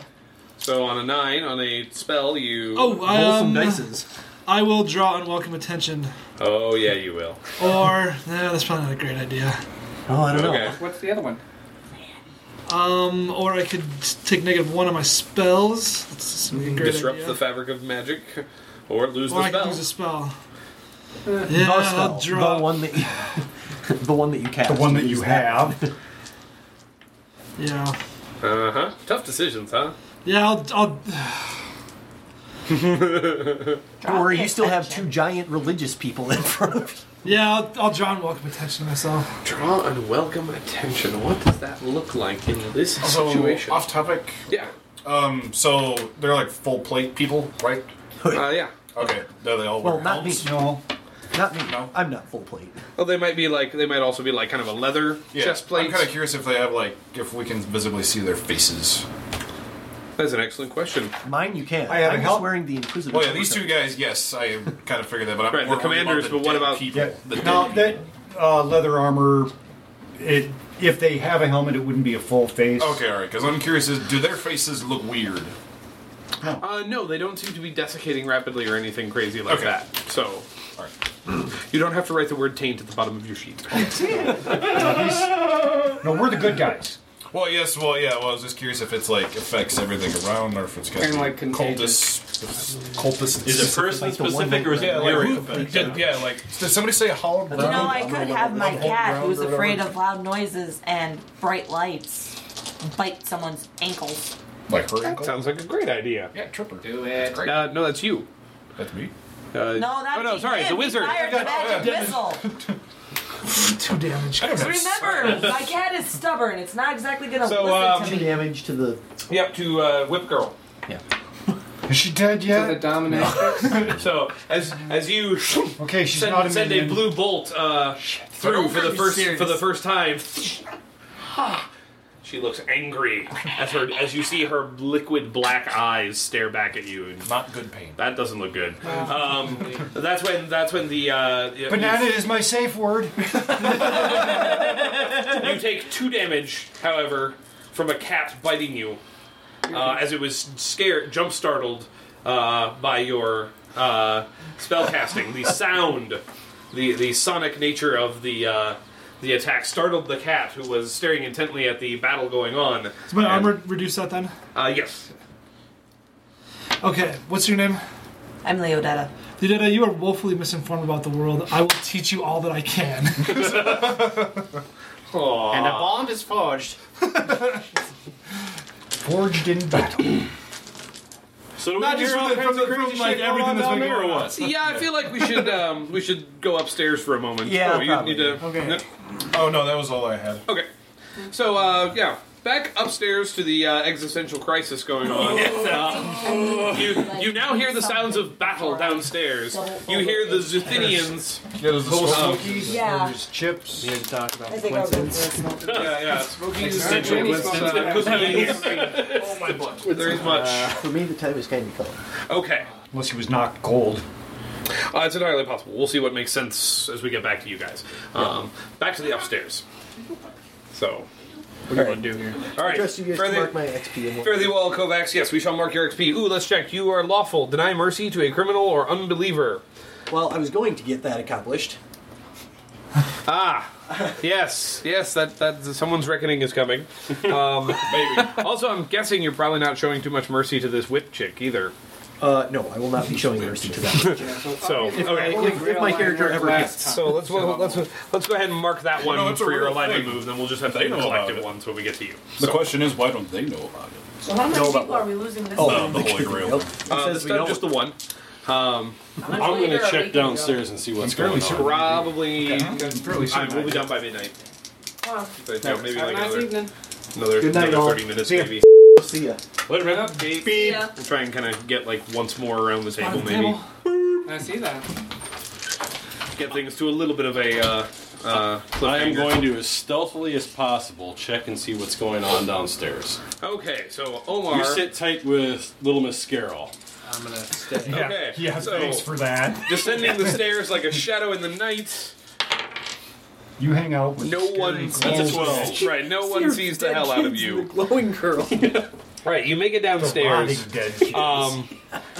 S3: so on a nine, on a spell, you
S8: Oh, um,
S7: dices.
S8: I will draw unwelcome attention,
S3: Oh yeah, you will.
S8: or no, that's probably not a great idea.
S7: Oh, I
S3: don't know. Okay.
S9: What's the other one?
S8: Um, or I could take negative one on my spells. That's just a great
S3: Disrupt
S8: idea.
S3: the fabric of magic, or lose
S8: Or I
S3: the
S8: could
S3: spell.
S8: use a spell.
S7: The
S9: Uh,
S8: Yeah, I'll
S7: spell,
S8: draw.
S7: The one that you, the one that you cast.
S3: one
S8: that
S7: Use
S8: you
S7: That.
S8: Yeah.
S3: Uh huh. Tough decisions, huh?
S8: Yeah, I'll. I'll
S7: Don't worry, you still have two giant religious people in front of you.
S8: yeah, I'll, I'll draw unwelcome attention to myself.
S3: Draw unwelcome attention. What does that look like in this
S5: So,
S3: situation?
S5: off topic.
S3: Yeah.
S5: Um. So they're like full plate people, right?
S3: Uh, yeah.
S5: Okay. They're they all
S7: Well,
S5: wear
S7: not me.
S5: helmets?
S7: No. Not me. No. I'm not full plate.
S3: Well, Oh, they might be like they might also be like kind of a leather
S5: Yeah.
S3: chest plate.
S5: I'm kind of curious if they have like if we can visibly see their faces.
S3: That's an excellent question.
S7: Mine, you can.
S5: I have
S7: I'm
S5: a
S7: just
S5: help.
S7: wearing the Inquisitor.
S5: Well, yeah, these two guys. Yes, I kind of figured that, but I'm
S3: Right, the
S5: we're worried
S3: commanders,
S5: about the
S3: but what
S5: dead
S3: about-
S5: people?
S3: Yeah.
S5: The
S4: Now
S5: dead
S4: that uh, leather armor, it if they have a helmet, it wouldn't be a full face.
S5: Okay, all right. Because I'm curious: is do their faces look weird?
S6: Oh.
S3: Uh, no, they don't seem to be desiccating rapidly or anything crazy like
S5: Okay.
S3: that. So, you don't have to write the word "taint" at the bottom of your sheet.
S4: No, we're the good guys.
S5: Well, yes. Well, yeah. Well, I was just curious if it's like affects everything around, or if it's kind
S4: Kinda
S5: of
S4: like contagious.
S5: cultist. Cultist.
S3: Is it person Like the one specific or is it
S5: yeah, like,
S3: area
S5: who- did- yeah, like did somebody say hallowed?
S6: You know, I could have my cat, who's afraid of loud noises and bright lights, bite someone's ankles.
S5: Like her
S3: ankle? Sounds like a great idea.
S5: Yeah, tripper.
S9: Do it.
S3: Uh, no, that's you.
S5: That's me.
S3: Uh,
S6: No, that's
S3: oh no, sorry, the wizard.
S6: Fired the magic whistle.
S8: Two damage.
S6: Remember, my cat is stubborn. It's not exactly gonna
S3: So,
S6: listen
S3: um,
S6: to me.
S7: damage to the.
S3: Yep, to uh, Whip Girl.
S4: Is she dead yet?
S9: the dominant.
S3: so as as you
S4: okay, she's
S3: send,
S4: not a
S3: send a
S4: minion.
S3: blue bolt uh, through for the
S4: Be
S3: first
S4: serious.
S3: for the first time. She looks angry as her as you see her liquid black eyes stare back at you. And
S5: Not good pain.
S3: That doesn't look good. Um, that's when that's when the uh, you-
S4: Banana is my safe word.
S3: You take two damage, however, from a cat biting you, uh, as it was scared, jump startled uh, by your uh, spell casting. The sound, the the sonic nature of the uh, the attack startled the cat, who was staring intently at the battle going on.
S8: Does my armor reduce that then?
S3: Uh, yes,
S8: Okay, what's your name?
S6: I'm Leodetta.
S8: Leodetta, you are woefully misinformed about the world. I will teach you all that I can.
S3: And
S9: a bond is forged.
S4: Forged in battle.
S3: So do
S4: Not just from the- from the- from, like, everything that's been going on.
S3: Yeah, I feel like we should um, we should go upstairs for a moment.
S5: Yeah,
S3: oh, you
S5: probably.
S3: need to. Okay.
S5: Oh no, that was all I had.
S3: Okay. So uh, yeah, back upstairs to the uh, existential crisis going on. Uh, you, you now hear the sounds of battle downstairs. You hear the Zuthinians.
S5: Yeah, there's the
S3: Uh,
S5: smokies.
S3: Yeah.
S5: There's chips. We had to talk about
S3: I think I'll go yeah, yeah. Existential Oh my butt. There is much.
S7: Uh, for me, the time is candy color.
S3: Okay.
S4: Unless he was knocked cold.
S3: Uh, it's entirely possible. We'll see what makes sense as we get back to you guys. Um, back to the upstairs. So,
S7: What do you want to do here?
S3: all right.
S7: Trust you guys to mark my XP. And
S3: Fare thee well, Kovacs. Yes, we shall mark your XP. Ooh, let's check. You are lawful. Deny mercy to a criminal or unbeliever.
S7: Well, I was going to get that accomplished.
S3: Ah, yes, yes. That that someone's reckoning is coming. Um, Maybe. Also, I'm guessing you're probably not showing too much mercy to this whip chick either.
S7: Uh, no, I will not be showing mercy to that.
S3: So,
S7: If my-
S3: okay.
S7: if- if my character ever gets-
S3: so let's let's let's go ahead and mark that one
S5: No, it's a
S3: for your
S5: real
S3: alignment
S5: thing.
S3: move. Then we'll just have to
S5: They
S3: do
S5: know
S3: a
S5: about
S3: collective
S5: it.
S3: one so we get to you.
S5: The question is, why don't they know about it?
S6: So how many
S5: Know about
S6: people are we losing this
S5: Oh,
S6: time?
S5: the Holy Grail.
S3: Uh,
S5: says
S3: this
S5: we
S3: time
S5: know
S3: just the one. Um,
S6: I'm going to check downstairs
S10: and see what's
S5: going on.
S3: Probably, I will
S5: certain
S3: be
S5: I
S3: done by midnight.
S9: Oh,
S6: Wow.
S3: But, yeah, maybe
S8: Have a
S3: like
S8: nice
S3: another,
S8: evening.
S3: another,
S7: Good night,
S3: another
S7: all.
S3: thirty minutes,
S7: See ya.
S3: maybe.
S7: See ya.
S3: Let him up, beep.
S8: Beep.
S3: We'll try and kind of get like once more around the table, maybe
S8: I see that.
S3: get things to a little bit of a. Uh, uh,
S10: I am going to, as stealthily as possible, check and see what's going on downstairs.
S3: Okay, so Omar.
S10: You sit tight with little Miss Scarrow.
S3: I'm gonna
S10: stay.
S3: Okay.
S4: Yeah,
S3: so,
S4: thanks for that.
S3: Descending the stairs like a shadow in the night.
S4: You hang out with
S3: No one sees
S4: That's a
S3: Right, no one sees the hell out of you.
S7: glowing girl.
S3: right, you make it downstairs.
S4: Rotting dead kids.
S3: Um,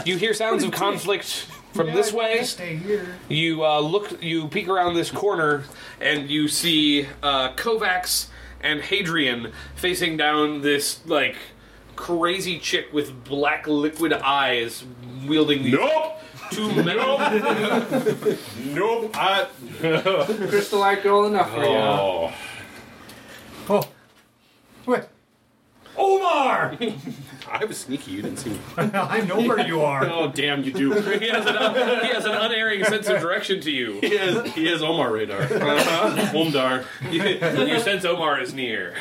S3: you hear sounds of conflict from this way.
S4: Stay here.
S3: You uh, look, you peek around this corner, and you see uh, Kovacs and Hadrian facing down this like crazy chick with black liquid eyes, wielding these
S5: Nope.
S3: two metal.
S5: Nope. I.
S8: Crystallite girl enough for you.
S5: Oh.
S4: Oh. Wait. Omar!
S10: I was sneaky. You didn't see me.
S4: I know where you are.
S10: Oh damn, you do.
S3: he, has an, un- he has an unerring sense of direction to you.
S10: He has, he has Omar radar. uh Omdar.
S3: You, you sense Omar is near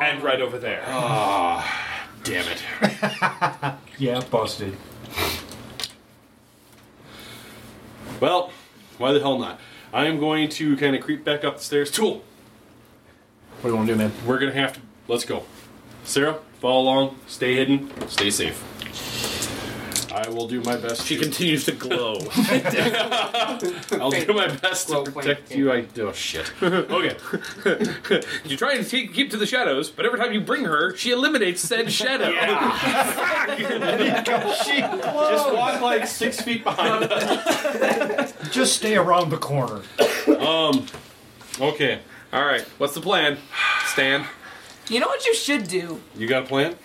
S3: and right over there.
S10: Ah, damn it.
S4: Yeah, busted.
S10: Well, why the hell not? I am going to kind of creep back up the stairs. Tool,
S4: What do you want to do, man?
S10: we're going to have to. Let's go. Sarah, follow along. Stay hidden. Stay safe. I will do my best. She
S3: continues to glow.
S10: I'll do my best to protect you. I oh shit. Okay.
S3: you try and keep keep to the shadows, but every time you bring her, she eliminates said shadow.
S4: she
S10: just walk like six feet behind
S4: Just stay around the corner.
S10: Um. Okay.
S3: All right. What's the plan, Stan?
S6: You know what you should do?
S10: You got a plan?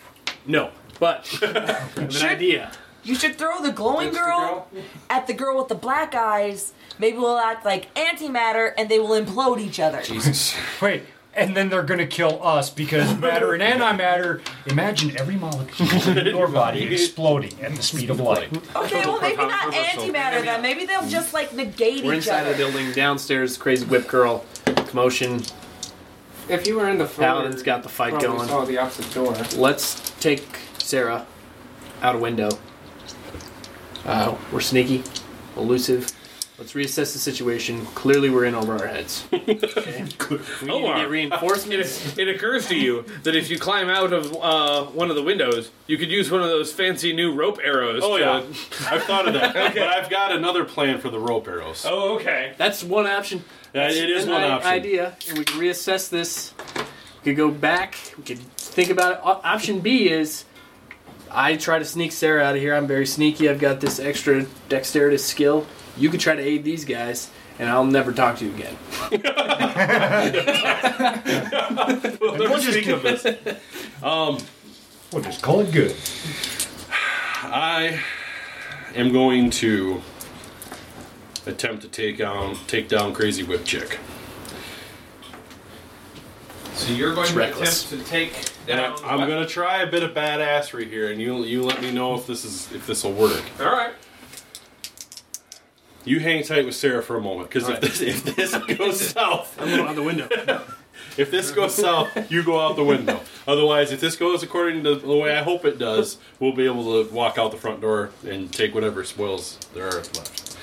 S10: No, but
S6: Should- You should throw the glowing girl, at the girl with the black eyes. Maybe we'll act like antimatter and they will implode each other.
S10: Jesus.
S4: Wait, and then they're gonna kill us because matter and antimatter. Imagine every molecule in your body exploding at the speed of light.
S6: Okay, well maybe not antimatter then. Maybe they'll just like negate
S9: We're
S6: each
S9: inside
S6: other.
S9: the building, downstairs, crazy whip girl, commotion.
S8: If you were in the front,
S9: Paladin's got the fight
S8: probably
S9: going.
S8: saw the opposite door.
S9: Let's take Sarah out a window. Uh, we're sneaky, elusive. Let's reassess the situation. Clearly, we're in over our heads.
S3: We Omar, need reinforcements. It, it occurs to you that if you climb out of uh, one of the windows, you could use one of those fancy new rope arrows.
S10: Oh
S3: to-
S10: yeah, I've thought of that, but I've got another plan for the rope arrows.
S3: Oh okay.
S9: That's one option.
S10: Yeah, it is
S9: an
S10: one
S9: i-
S10: option.
S9: Idea, and we can reassess this. We could go back. We could think about it. O- Option B is, I try to sneak Sarah out of here. I'm very sneaky. I've got this extra dexterity skill. You could try to aid these guys, and I'll never talk to you again.
S10: We'll never speak of this. Um,
S4: we'll just call it good.
S10: I am going to attempt to take on take down Crazy Whip Chick.
S3: So you're going
S10: It's
S3: to
S10: reckless.
S3: attempt to take
S10: And
S3: down.
S10: I, am gonna try a bit of badassery here, and you you let me know if this is if this will work.
S3: All right.
S10: You hang tight with Sarah for a moment, because if, this, if this goes south,
S9: I'm going out the window.
S10: If this goes south, you go out the window. Otherwise, if this goes according to the way I hope it does, we'll be able to walk out the front door and take whatever spoils there are left.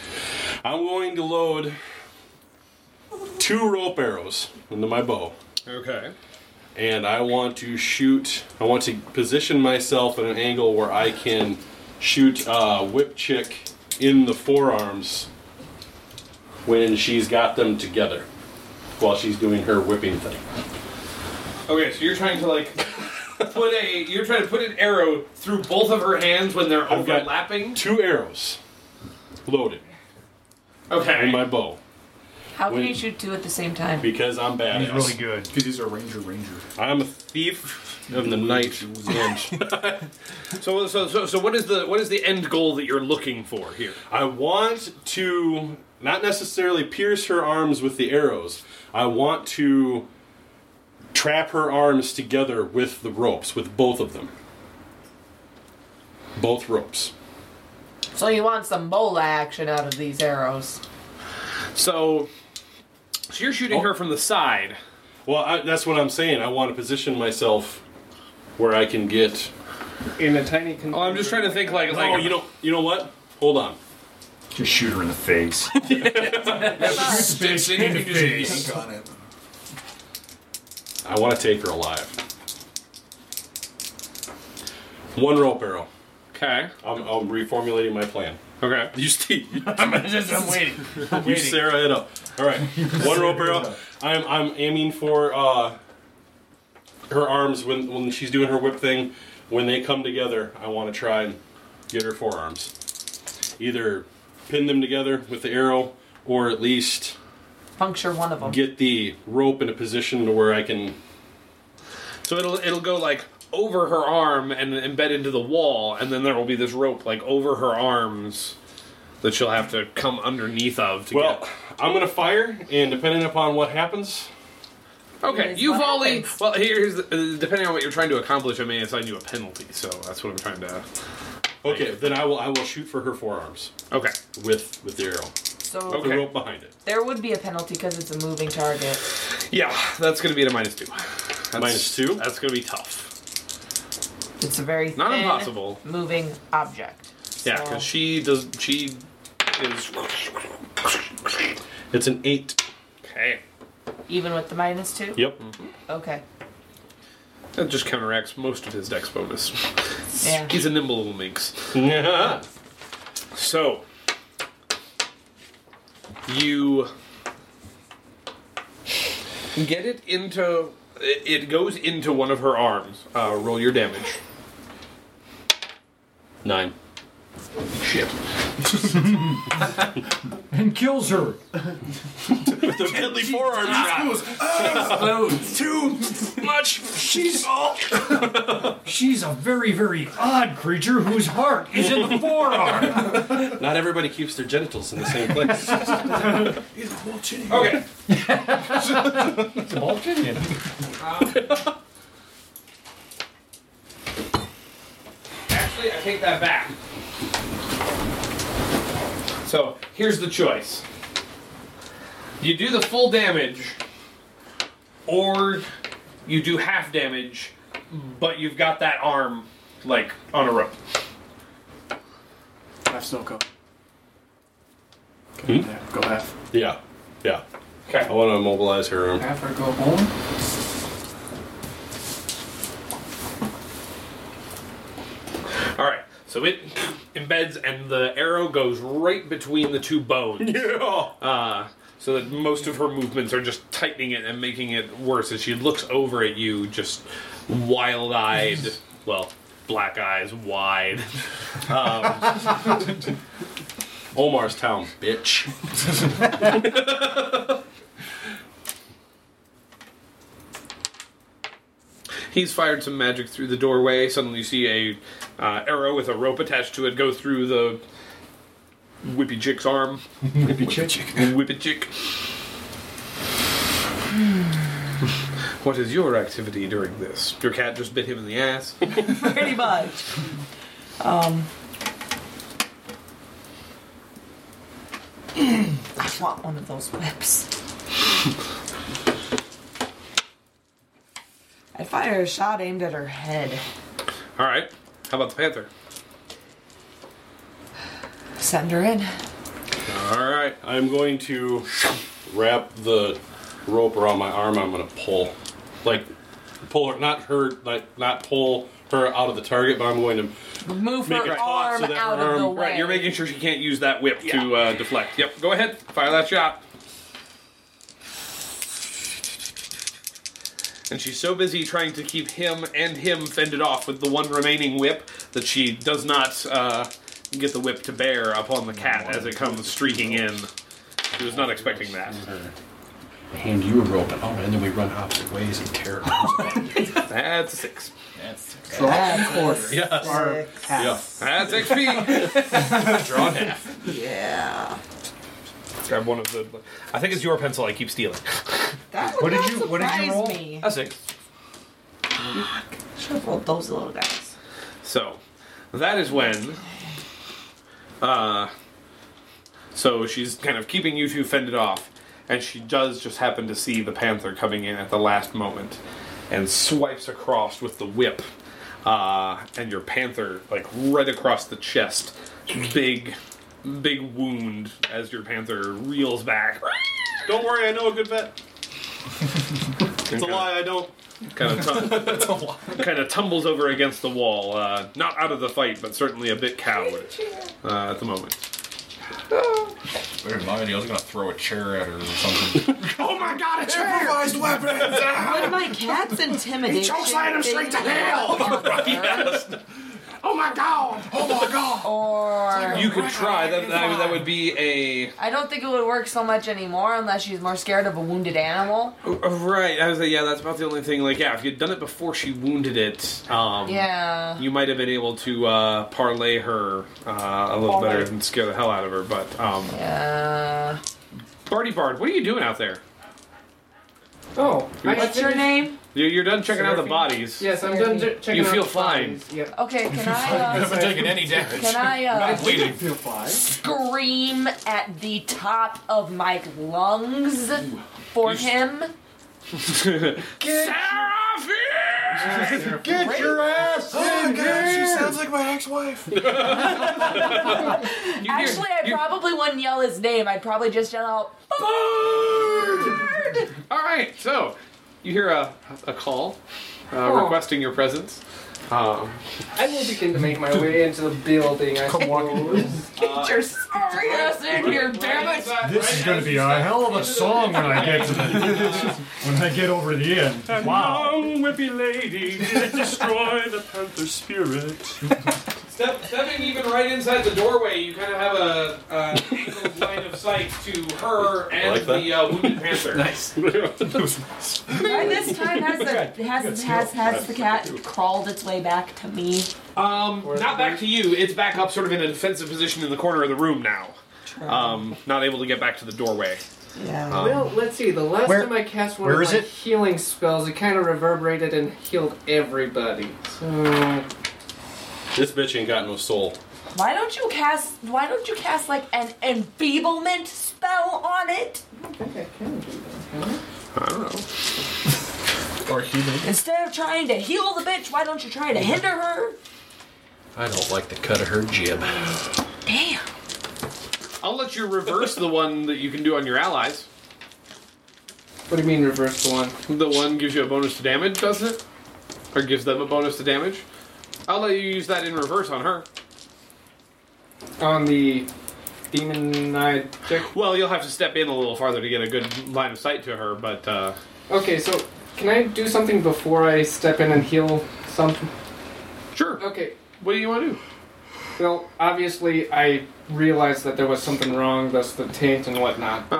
S10: I'm going to load two rope arrows into my bow.
S3: Okay.
S10: and I want to shoot. I want to position myself at an angle where I can shoot uh, Whip Chick in the forearms when she's got them together while she's doing her whipping thing.
S3: Okay, so you're trying to like put a you're trying to put an arrow through both of her hands when they're overlapping.
S10: Two arrows loaded.
S3: Okay.
S10: In my bow
S6: How can
S10: Wait.
S6: you shoot two at the same time?
S10: because I'm badass.
S6: He's really
S10: good because he's a ranger. Ranger. I'm a thief of the night.
S3: so, so, so, so what is the what is the end goal that you're looking for here?
S10: I want to not necessarily pierce her arms with the arrows. I want to trap her arms together with the ropes, with both of them. Both ropes.
S6: So you want some mola action out of these arrows.
S3: So, so you're shooting her from the side.
S10: Oh. Well, I, that's what I'm saying. I want to position myself where I can get in a tiny.
S3: Oh, I'm just trying to think like like
S10: oh, you know, you know what? Hold on.
S4: Just shoot her in the face.
S10: Sticks in the face. I want to take her alive. One rope arrow.
S3: Okay.
S10: I'm, I'm reformulating my plan.
S3: Okay.
S10: You, Steve. you-
S4: I'm waiting. I'm
S10: you
S4: waiting.
S10: Sarah it up. All right. One rope arrow. I'm I'm aiming for uh, her arms when when she's doing her whip thing. When they come together, I want to try and get her forearms. Either pin them together with the arrow, or at least
S6: Puncture one of them.
S10: get the rope in a position to where I can.
S3: So it'll it'll go like over her arm and embed into the wall, and then there will be this rope like over her arms that she'll have to come underneath of. To
S10: Well,
S3: get.
S10: I'm gonna fire, and depending upon what happens.
S3: Okay, you volley. Well, here's the, uh, depending on what you're trying to accomplish, I may assign you a penalty. So that's what I'm trying to.
S10: Okay, then I will I will shoot for her forearms.
S3: Okay,
S10: with with the arrow.
S6: So
S10: With the rope behind it.
S6: there would be a penalty because it's a moving target.
S3: Yeah, that's going to be at a minus two.
S10: Minus two.
S3: That's going to be tough.
S6: It's a very
S3: Not
S6: thin
S3: impossible.
S6: moving object.
S3: Yeah, because she does. She is.
S10: It's an eight.
S3: Okay.
S6: Even with the minus
S3: Mm-hmm.
S6: two.
S10: Yep.
S6: Okay.
S3: That just counteracts most of his dex bonus.
S6: Yeah.
S3: He's a nimble little minx.
S10: Yeah.
S3: so, you get it into. It it goes into one of her arms. Uh, roll your damage.
S10: Nine.
S3: Shit.
S4: and kills her.
S10: With the deadly forearm
S3: Ah.
S4: too much. She's all. She's a very, very odd creature whose heart is in the forearm.
S10: Not everybody keeps their genitals in the same place.
S3: Okay.
S4: it's a ball chinian.
S3: Um, Actually, I take that back. So here's the choice: you do the full damage, or you do half damage, but you've got that arm like on a rope.
S9: Half snow cone.
S10: Go half. Yeah. Yeah.
S3: Okay. I
S10: want to immobilize her arm.
S14: Half or go home.
S3: All right. So it embeds, and the arrow goes right between the two bones.
S10: Yeah.
S3: Uh, so that most of her movements are just tightening it and making it worse. As she looks over at you, just wild-eyed, well, black eyes wide. Um,
S10: Uh, Omar's town, bitch.
S3: He's fired some magic through the doorway. Suddenly, you see a uh, arrow with a rope attached to it go through the whippy chick's arm.
S4: Whippy
S3: chick. Whippy chick. What is your activity during this? Your cat just bit him in the ass.
S6: Pretty much. Um. I want one of those whips. fire a shot aimed at her head.
S3: All right. How about the panther?
S6: Send her in.
S10: All right, I'm going to wrap the rope around my arm. I'm going to pull, like, pull her, not her, like, not pull her out of the target, but I'm going to
S6: move
S10: make a toss so that her arm.
S3: Right, you're making sure she can't use that whip to uh, deflect. Yep, go ahead, fire that shot. And she's so busy trying to keep him and him fended off with the one remaining whip that she does not uh, get the whip to bear upon the cat as it comes streaking in. She was not expecting that.
S10: hand you a rope, and, oh, and then we run opposite ways and tear.
S3: That's a six.
S10: That's
S3: six. Yes. That's XP. Draw half.
S6: Yeah.
S3: Grab one of the. I think it's your pencil. I keep stealing.
S6: That would
S3: What did
S6: not
S3: you- what did you
S6: surprise
S3: roll?
S6: Me.
S3: A six.
S6: Should have rolled those little guys.
S3: So, that is when. Uh, so she's kind of keeping you two fended off, and she does just happen to see the panther coming in at the last moment, and swipes across with the whip, uh, and your panther like right across the chest, big, big wound as your panther reels back. Don't worry, I know a good vet.
S10: It's a lie. I don't.
S3: kind of kind of tumbles over against the wall, uh, not out of the fight, but certainly a bit cowed uh, at the moment.
S5: Better mind, I was gonna throw a chair at her or something.
S4: Oh my god, it's improvised weapons!
S6: Would my cat's intimidation?
S4: He chokeslammed him straight to
S6: be-
S4: hell! Oh my god! Oh my god!
S6: Or
S3: You could try. That, that, that would be a
S6: I don't think it would work so much anymore unless she's more scared of a wounded animal.
S3: right. I was like, yeah, that's about the only thing. Like, yeah, if you'd done it before she wounded it, um,
S6: Yeah.
S3: you might have been able to uh, parlay her uh, a little better and scare the hell out of her. But um,
S6: yeah,
S3: Barty Bard, what are you doing out there?
S8: Oh,
S3: You're-
S6: What's your name?
S3: You're, you're done checking out the
S8: Seraphine?
S3: bodies.
S8: Yes, I'm done
S6: Seraphine.
S8: j- checking
S3: You
S8: out
S3: feel
S8: the
S3: fine.
S8: bodies. Yep.
S6: Okay, can I uh,
S3: taking any damage.
S6: Can I, uh, I
S3: bleeding.
S8: feel fine.
S6: scream at the top of my lungs for him?
S4: Get your ass in here! Oh, She sounds like my ex-wife.
S6: Actually, I probably wouldn't yell his name. I'd probably just yell out, "Bird!"
S3: All right, so you hear a, a call uh,
S8: Oh.
S3: requesting your presence. Um,
S8: I will begin to make my way into the building. I Come walking.
S6: Get your sorry ass in here, damn it!
S4: This is going to be a hell of a song when I get to the, when I get over the end. Wow.
S10: Long whippy lady, destroy the panther spirit.
S3: Step, stepping even right inside the doorway, you kind of have a uh, angled line of sight to her and
S10: like that.
S3: the uh, wounded panther. nice.
S6: By this time, has the has has has the cat crawled its way back to me?
S3: Um, Not back to you. It's back up, sort of in a defensive position in the corner of the room now. Um, not able to get back to the doorway.
S6: Yeah.
S3: Um,
S8: well, let's see. The last
S3: Where-
S8: time I cast one
S3: where
S8: of
S3: is
S8: my
S3: it?
S8: healing spells, it kind of reverberated and healed everybody. So
S10: This bitch ain't got no soul.
S6: Why don't you cast? Why don't you cast like an enfeeblement spell on it?
S3: I don't know.
S5: or healing.
S6: Instead of trying to heal the bitch, why don't you try to hinder her?
S10: I don't like the cut of her jib.
S6: Damn.
S3: I'll let you reverse the one that you can do on your allies.
S8: What do you mean reverse the one?
S3: The one gives you a bonus to damage, doesn't it? Or gives them a bonus to damage? I'll let you use that in reverse on her.
S8: on the demon eyed chick.
S3: Well, you'll have to step in a little farther to get a good line of sight to her, but uh,
S8: Okay, so can I do something before I step in and heal something?
S3: Sure.
S8: Okay.
S3: What do you want to do?
S8: Well, obviously, I realized that there was something wrong, thus the taint and whatnot.
S3: Uh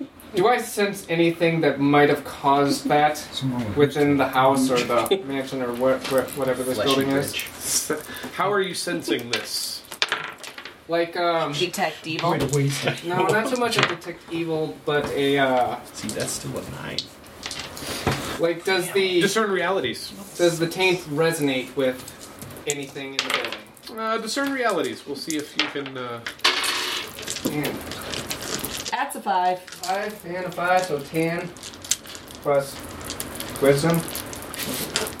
S3: huh.
S8: Do I sense anything that might have caused that within the house or the mansion or where, where, whatever this
S3: Fleshy
S8: building is?
S3: how are you sensing this?
S8: Like, um.
S6: Detect evil.
S8: No, not so much a detect evil, but a, uh.
S7: See, that's still a nine.
S8: Like, does the.
S3: Discern realities.
S8: Does the taint resonate with anything in the building?
S3: Uh, discern realities. We'll see if you can. Uh...
S6: That's a five.
S8: Five and a five, so ten. Plus wisdom.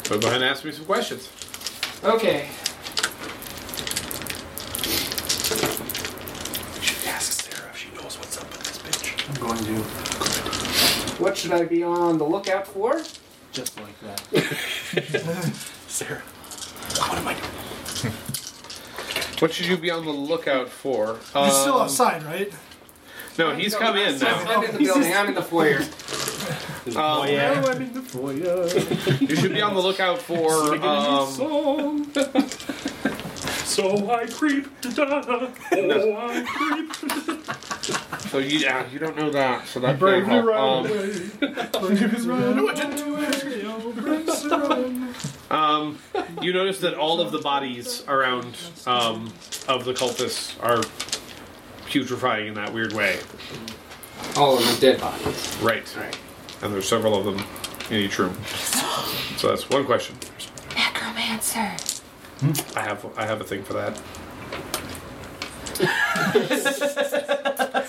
S3: Go ahead and ask me some questions.
S8: Okay.
S15: Ask Sarah if she knows what's up with this bitch.
S8: I'm going to. What should I be on the lookout for?
S16: Just like that.
S3: Sarah, what am I doing? What should you be on the lookout for?
S17: You're still
S3: Um,
S17: outside, right?
S3: No, he's come in now.
S8: I'm in the building. I'm in the foyer.
S3: Um,
S8: I'm in the foyer.
S3: You should be on the lookout for. Um,
S8: song.
S10: so I creep. Da-da, oh, I creep.
S3: so you, yeah, you don't know that. So that
S10: Bravely
S3: can't help.
S10: run
S3: Um, Um, you notice that all of the bodies around um, of the cultists are putrefying in that weird way.
S8: All of them dead bodies.
S3: Right. Right. And there's several of them in each room. So that's one question.
S6: Necromancer.
S3: I have I have a thing for that.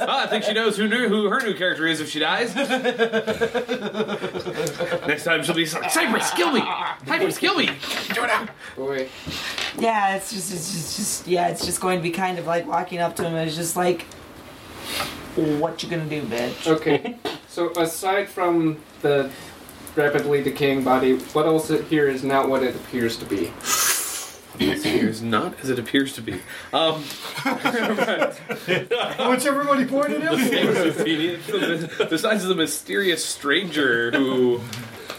S3: Ah, I think she knows who knew who her new character is if she dies. Next time she'll be like, Cypress, kill me! Cypress, kill me! Do it now!
S8: Boy.
S6: Yeah, it's just, it's just, just, yeah, it's just going to be kind of like walking up to him and it's just like, what you gonna do, bitch?
S8: Okay. So aside from the rapidly decaying body, what else here is not what it appears to be?
S3: appears not as it appears to be. Um,
S17: What's everybody pointing
S3: the,
S17: at?
S3: things- besides the mysterious stranger who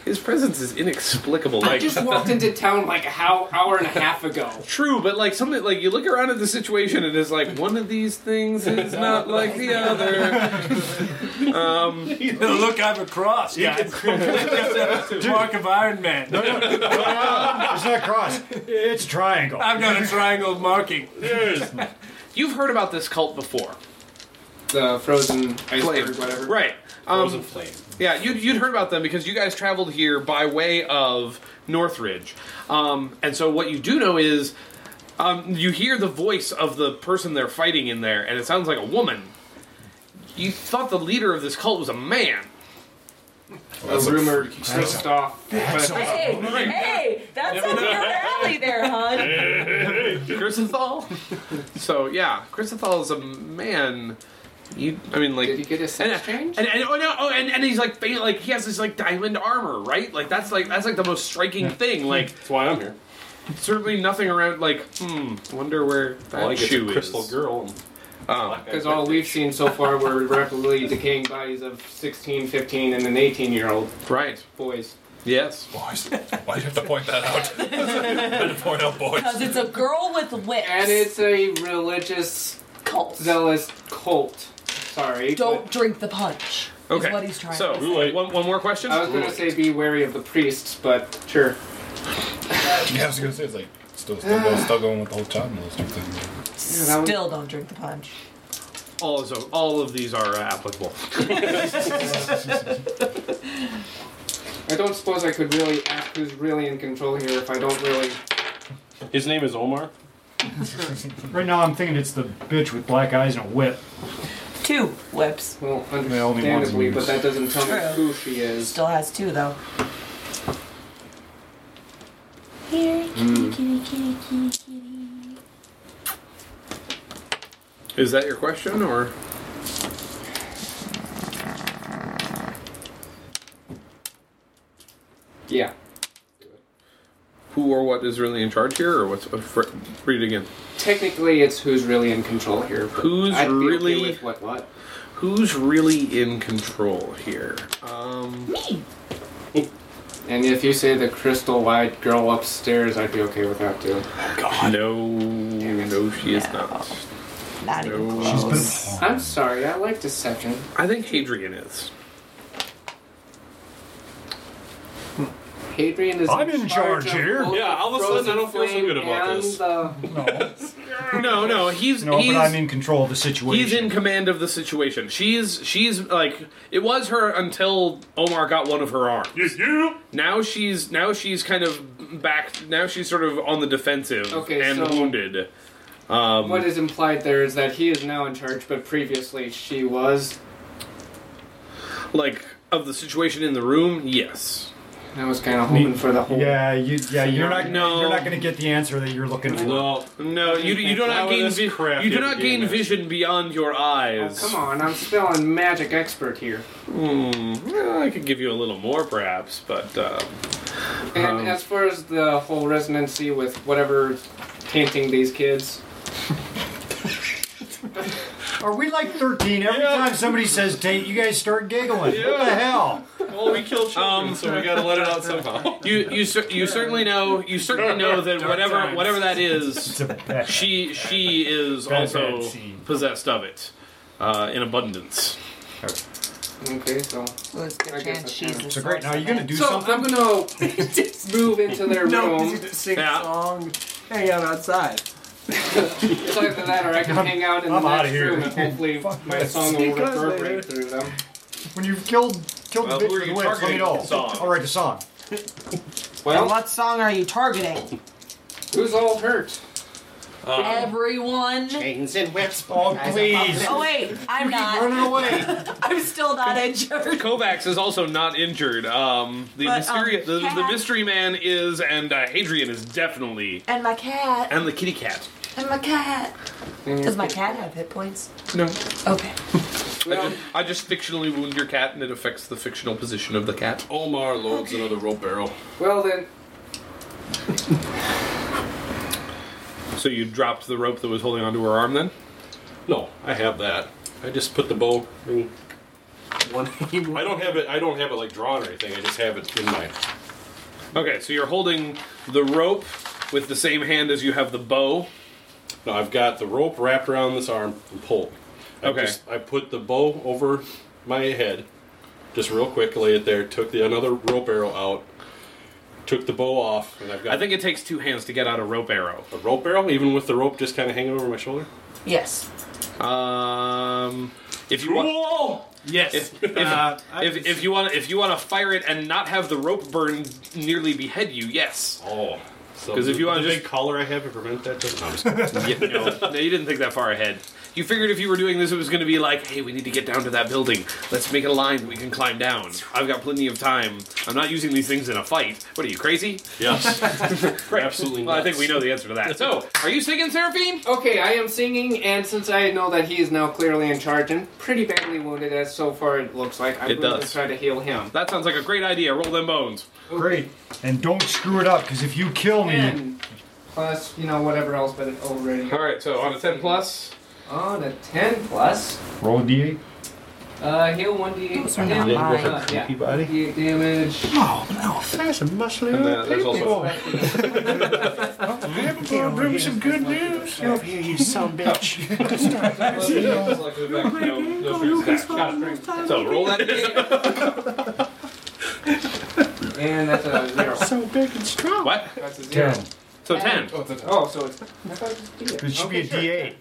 S3: his presence is inexplicable.
S8: I
S3: like-
S8: just walked into town like a how, hour and a half ago.
S3: True, but like something like you look around at the situation and it's like one of these things is not like the other. Um,
S15: look I've a cross. Yeah, it's completely Mark of Iron Man.
S4: No, no, no, no, it's not a cross. It's a triangle.
S15: I've got a triangle marking.
S3: Yes. You've heard about this cult before.
S8: The frozen
S3: Flame.
S8: iceberg, whatever.
S3: Right. Um,
S8: Frozen flame.
S3: Yeah, you'd, you'd heard about them because you guys traveled here by way of Northridge. Um, and so what you do know is um, you hear the voice of the person they're fighting in there, and it sounds like a woman. You thought the leader of this cult was a man.
S8: a rumor switched off.
S6: Hey, hey, that's up your alley there, hon.
S3: Chrysothal? so yeah, Chrysothal is a man. You, I mean, like, did he
S8: get a
S3: sex and, and, and- oh no, oh, and, and he's like, fa- like he has this like diamond armor, right? Like that's like that's like the most striking thing. Like that's why I'm here. Certainly nothing around. Like, hmm, wonder where that
S10: Well, I get
S3: shoe
S10: the crystal
S3: is.
S10: girl.
S3: Oh.
S8: Because all we've seen so far were rapidly decaying bodies of 16, 15, and an 18 year old.
S3: Right.
S8: Boys.
S3: Yes.
S8: Boys.
S5: Why do you have to point that out? Had to point out boys.
S6: Because it's a girl with whips.
S8: And it's a religious
S6: cult.
S8: Zealous cult. Sorry.
S6: Don't drink the punch.
S3: Okay.
S6: Is what he's trying
S3: So
S6: to say.
S3: one, one more question.
S8: I was going to say be wary of the priests, but sure.
S5: Yeah, I was gonna say it's like still still, going, still going with the whole child molester thing.
S6: Still don't drink the punch.
S3: all of so- all of these are uh, applicable.
S8: I don't suppose I could really ask who's really in control here if I don't really.
S10: His name is Omar.
S4: Right now, I'm thinking it's the bitch with black eyes and a whip.
S6: Two whips.
S8: Well,
S4: only one's
S8: understandably, but
S4: loose.
S8: that doesn't tell me
S6: True.
S8: who she is.
S6: Still has two though.
S2: Here, kitty,
S3: Mm.
S2: kitty, kitty, kitty, kitty.
S3: Is that your question or?
S8: Yeah.
S3: Who or what is really in charge here, or what's? Uh, fr- read it again.
S8: Technically, it's who's really in control here. but
S3: Who's
S8: I'd be okay
S3: really-
S8: with what what?
S3: Who's really in control here? Um,
S6: Me.
S8: And if you say the crystal wide girl upstairs, I'd be okay with that too.
S3: No, no, she is not.
S6: Not
S3: no.
S8: I'm sorry. I like deception.
S3: I think Hadrian is.
S8: Hadrian is.
S4: I'm in charge
S8: of
S4: here.
S8: both
S10: Yeah,
S8: the
S10: all of a sudden, I don't feel so
S8: frozen
S10: good about
S8: flame
S10: this.
S8: and
S3: No, no, he's
S4: No,
S3: he's
S4: but I'm in control of the situation.
S3: he's in command of the situation. She's she's like it was her until Omar got one of her arms. Now she's now she's kind of back. Now she's sort of on the defensive
S8: Okay,
S3: and
S8: so-
S3: wounded.
S8: the-
S3: Um,
S8: What is implied there is that he is now in charge, but previously she was.
S3: like of the situation in the room? Yes.
S8: I was kind of hoping for the whole.
S4: Yeah, you, yeah, you're
S8: Scenario.
S4: not. You're not going to get the answer that you're looking for.
S3: No, no, you, you do not
S4: How
S3: gain
S4: this
S3: vi-
S4: crap
S3: you do
S4: you
S3: not
S4: gain
S3: gain vision beyond your eyes.
S8: Oh, Come on, I'm spelling magic expert here.
S3: Hmm, well, I could give you a little more, perhaps, but um,
S8: And
S3: um,
S8: as far as the whole resonancy with whatever painting these kids,
S4: Are we like 13? Every time somebody says date, you guys start giggling. What the hell?
S10: Well, we killed children, Um, so we gotta let it out somehow.
S3: you you cer- you certainly know you certainly know that
S10: Dark
S3: whatever
S10: times.
S3: whatever that is, she she is
S10: Bad,
S3: also
S10: bad scene.
S3: possessed of it uh, in abundance.
S8: Okay, so
S6: let's get
S8: I guess I can.
S4: So great. Now you're gonna do
S8: so
S4: something.
S8: I'm gonna move into their
S4: No,
S8: room.
S4: sing
S8: yeah.
S4: a
S8: song, hang out outside. it's either that, or I can
S4: I'm-
S8: hang out in
S4: I'm
S8: the
S4: outta
S8: next
S4: here.
S8: room, and hopefully my
S4: this.
S8: song will
S4: Because they-
S8: reverberate through them.
S4: When you've killed killed
S8: Well,
S4: the
S8: who are
S4: bitch
S8: you
S4: with wits, let
S8: targeting
S4: me know.
S8: with the song?
S4: I'll write the song.
S8: Well-
S17: and what song are you targeting?
S8: Who's all hurt?
S3: Um,
S6: Everyone.
S17: Chains and whips.
S4: Oh,
S6: Oh wait, I'm not. Running
S4: away.
S6: I'm still not injured.
S3: Kovacs is also not injured. Um, the,
S6: But, um,
S3: mysteri- the, the
S6: Cat-
S3: mystery man is, and uh, Hadrian is definitely,
S6: And my cat.
S3: and the kitty cat.
S6: And my cat. Does my cat have hit points?
S3: No.
S6: Okay.
S3: I, just, I just fictionally wound your cat, and it affects the fictional position of the cat.
S10: Omar loads another rope barrel.
S8: Well then,
S3: So you dropped the rope that was holding onto her arm, then?
S10: No, I have that. I just put the bow. In. One. I don't have it. I don't have it like drawn or anything. I just have it in my.
S3: Okay, so you're holding the rope with the same hand as you have the bow.
S10: No, I've got the rope wrapped around this arm and pulled. I
S3: Okay.
S10: Just, I put the bow over my head, just real quick, lay it there. Took the another rope arrow out. Took the bow off, and I've got.
S3: I think it takes two hands to get out a rope arrow.
S10: A rope arrow, even with the rope just kind of hanging over my shoulder.
S6: Yes.
S3: Um, if you want, yes. If, if,
S10: Uh,
S3: if, if you want, if you want to fire it and not have the rope burn nearly behead you, yes.
S10: Oh,
S3: because if you want
S10: the
S3: to
S10: big
S3: just
S10: collar I have to prevent that doesn't. I'm just
S3: yeah, no, no, you didn't think that far ahead. You figured if you were doing this, it was going to be like, hey, we need to get down to that building. Let's make a line that we can climb down. I've got plenty of time. I'm not using these things in a fight. What are you, crazy?
S10: Yes.
S3: right. Absolutely Well, I think we know the answer to that. So, are you singing, Seraphine?
S8: Okay, I am singing, and since I know that he is now clearly in charge and pretty badly wounded, as so far it looks like, I'm
S3: It
S8: going
S3: does.
S8: to try to heal him.
S3: that sounds like a great idea. Roll them bones.
S4: Great. And don't screw it up, because if you kill me,
S8: Ten. Plus, you know, whatever else, but already.
S3: Alright, so on a 10 plus?
S8: On a 10 plus.
S4: roll a d8.
S8: Uh, heal 1d8.
S4: are not
S8: damage.
S4: mine.
S8: Uh, yeah.
S4: Creepy body.
S8: 1d8 damage.
S4: Oh no, there's a muscly
S8: And that- that's also-
S4: I'll bring you some good news. Get over here, you son bitch.
S3: Oh, So roll that
S8: And that's a zero.
S4: So big and strong.
S3: What?
S8: That's a zero.
S4: Ten.
S3: So 10.
S8: Oh, oh, so it's. I thought it was a d8.
S4: It should be a d8.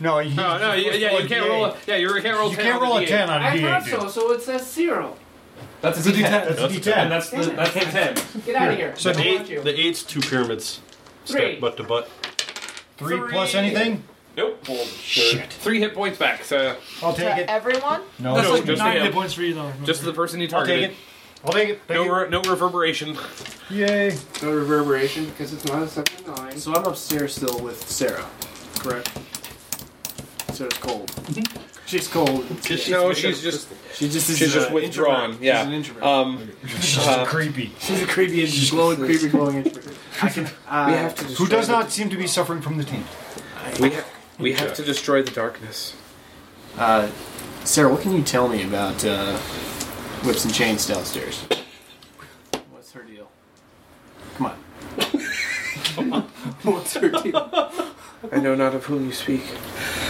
S4: No, you,
S3: No, no, yeah, yeah, you can't roll. A, yeah, you can't roll.
S4: You
S3: 10
S4: can't
S3: on the
S4: roll a
S3: D8.
S4: 10 on a
S8: I thought so, so it says zero.
S10: That's
S4: a D10. That's a D10.
S10: And that's the, that's a 10.
S8: Get out of here.
S10: So
S8: I
S10: the,
S8: don't
S10: eight,
S8: want you.
S10: the eight's two pyramids.
S8: Three.
S10: Step butt to butt.
S4: Three, plus anything?
S3: Nope. Shit. Three hit points back. So
S4: I'll take
S6: to
S4: it.
S6: everyone?
S3: no,
S4: That's like
S3: just,
S4: nine
S3: the,
S4: hit points for you, though.
S3: just the person you
S4: I'll
S3: targeted.
S4: take it. I'll take it.
S3: No, re- no reverberation.
S4: Yay.
S8: No reverberation because it's not a 7 9.
S9: So I'm upstairs still with Sarah, correct? Sarah's cold. She's cold.
S3: no, she's just
S9: she just is
S3: she's just
S9: a
S3: withdrawn.
S9: introvert.
S3: Yeah,
S9: She's an introvert.
S3: Um,
S4: She's
S3: uh,
S4: creepy.
S9: She's a creepy, and glowing, creepy, glowing introvert. I can. Uh,
S4: We have to Who does not seem to be suffering from the taint?
S3: We ha- we have to destroy the darkness.
S9: Uh, Sarah, what can you tell me about uh, whips and chains downstairs? What's her deal? Come on. What's her deal?
S17: I know not of whom you speak.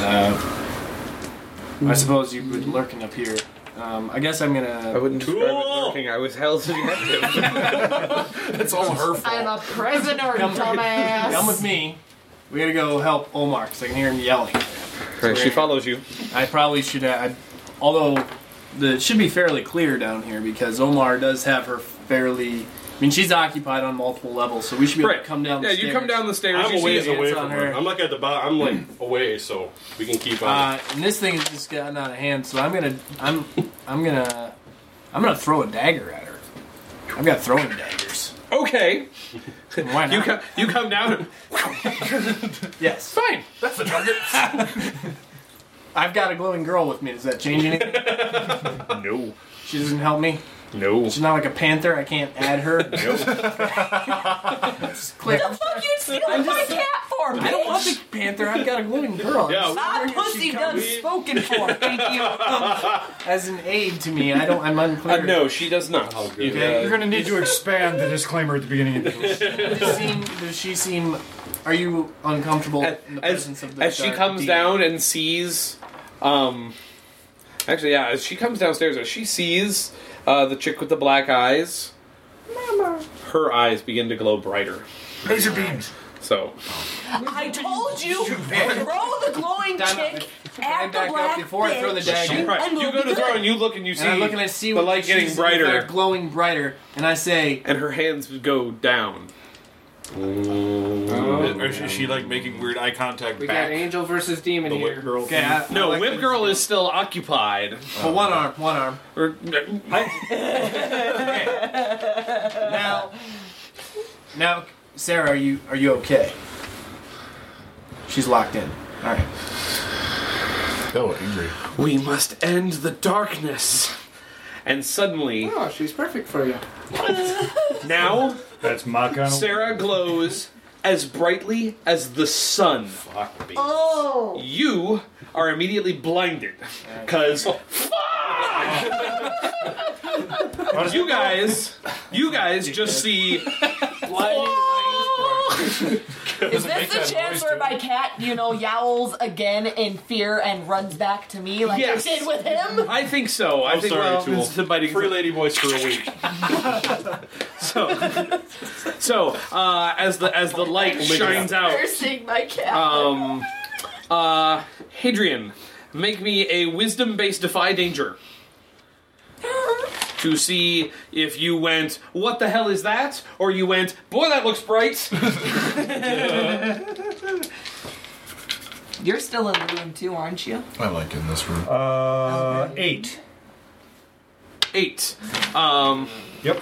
S9: Uh, I suppose you've been lurking up here. Um, I guess I'm gonna. I
S17: wouldn't
S3: describe it lurking. I was held
S9: That's all her fault.
S17: I'm a prisoner,
S9: Come with- Come with me. We gotta go help Omar because I can hear him yelling.
S3: she follows you.
S9: I probably should. uh, I, although the, it should be fairly clear down here because Omar does have her fairly. I mean, she's occupied on multiple levels, so we should be able
S10: Right.
S9: to come down.
S10: Yeah,
S9: the
S10: you
S9: stairs.
S10: come down the stairs, I'm you a see ways the away hands from on her. her. I'm like at the bottom. I'm like away, so we can keep on.
S9: Uh, and this thing has just gotten out of hand, so I'm gonna, I'm, I'm gonna, I'm gonna throw a dagger at her. I've got throwing daggers.
S3: Okay.
S9: Why not?
S3: You come, you come down and
S9: Yes.
S3: Fine.
S9: That's the target. I've got a glowing girl with me. Does that change anything? no. She doesn't help me? No. She's not like a panther. I can't add her? No.
S6: What the fuck you stealing my cat for, bitch?
S9: I don't want the panther. I've got a glowing girl.
S6: Yeah,
S9: I'm just
S6: my
S9: wondering if she
S6: pussy done
S9: comes-
S6: spoken for. Thank you.
S9: As an aid to me, I don't. I'm unclear.
S3: Uh, no, she does not. You,
S9: Okay.
S4: You're going to need to expand the disclaimer at the beginning of this.
S9: Does, seem, does she seem? Are you uncomfortable in the
S3: as,
S9: presence of the
S3: as she
S9: dark
S3: comes
S9: deep?
S3: down and sees um actually yeah as she comes downstairs as she sees uh, the chick with the black eyes
S6: Mama.
S3: her eyes begin to glow brighter laser beams so
S6: I told you, throw the glowing chick at the
S9: back up
S6: black
S9: before I throw the
S6: bitch,
S9: dagger.
S6: and
S3: you
S6: we'll
S3: go
S6: be
S3: to throw
S6: good.
S3: and you look and you see
S9: And I look and I see
S3: the
S9: what
S3: light
S9: she's
S3: getting
S9: with her
S3: brighter
S9: glowing brighter and i say
S3: and her hands go down
S9: Oh,
S5: Or Oh, is she like making weird eye contact
S8: We
S5: back?
S8: got angel versus demon
S5: The whip
S8: here.
S5: girl
S9: Okay, I-
S3: no whip girl is still occupied
S9: But one arm, one arm.
S3: Or-
S9: now, now, Sarah, are you are you okay? She's locked in. All right.
S5: Oh, angry.
S3: we must end the darkness and suddenly
S8: Oh, she's perfect for you.
S3: now
S4: That's my kind of.
S3: Sarah glows as brightly as the sun.
S6: Oh.
S3: You are immediately blinded because you guys, you guys just see
S6: Is this the chance where my cat, you know, yowls again in fear and runs back to me like
S3: Yes.
S6: I did with him?
S3: I think so. I
S10: I'm
S3: think
S10: sorry,
S3: well,
S10: Tool.
S3: this is a biting
S10: Free lady voice for a week.
S3: so, so uh, as the as the light shines out,
S6: Cursing my cat.
S3: um, uh, Hadrian, make me a wisdom based defy danger. To see if you went, what the hell is that? Or you went, boy, that looks bright.
S6: You're still in the room too, aren't you?
S5: I like in this room.
S4: Uh, eight.
S3: eight. Um,
S4: yep.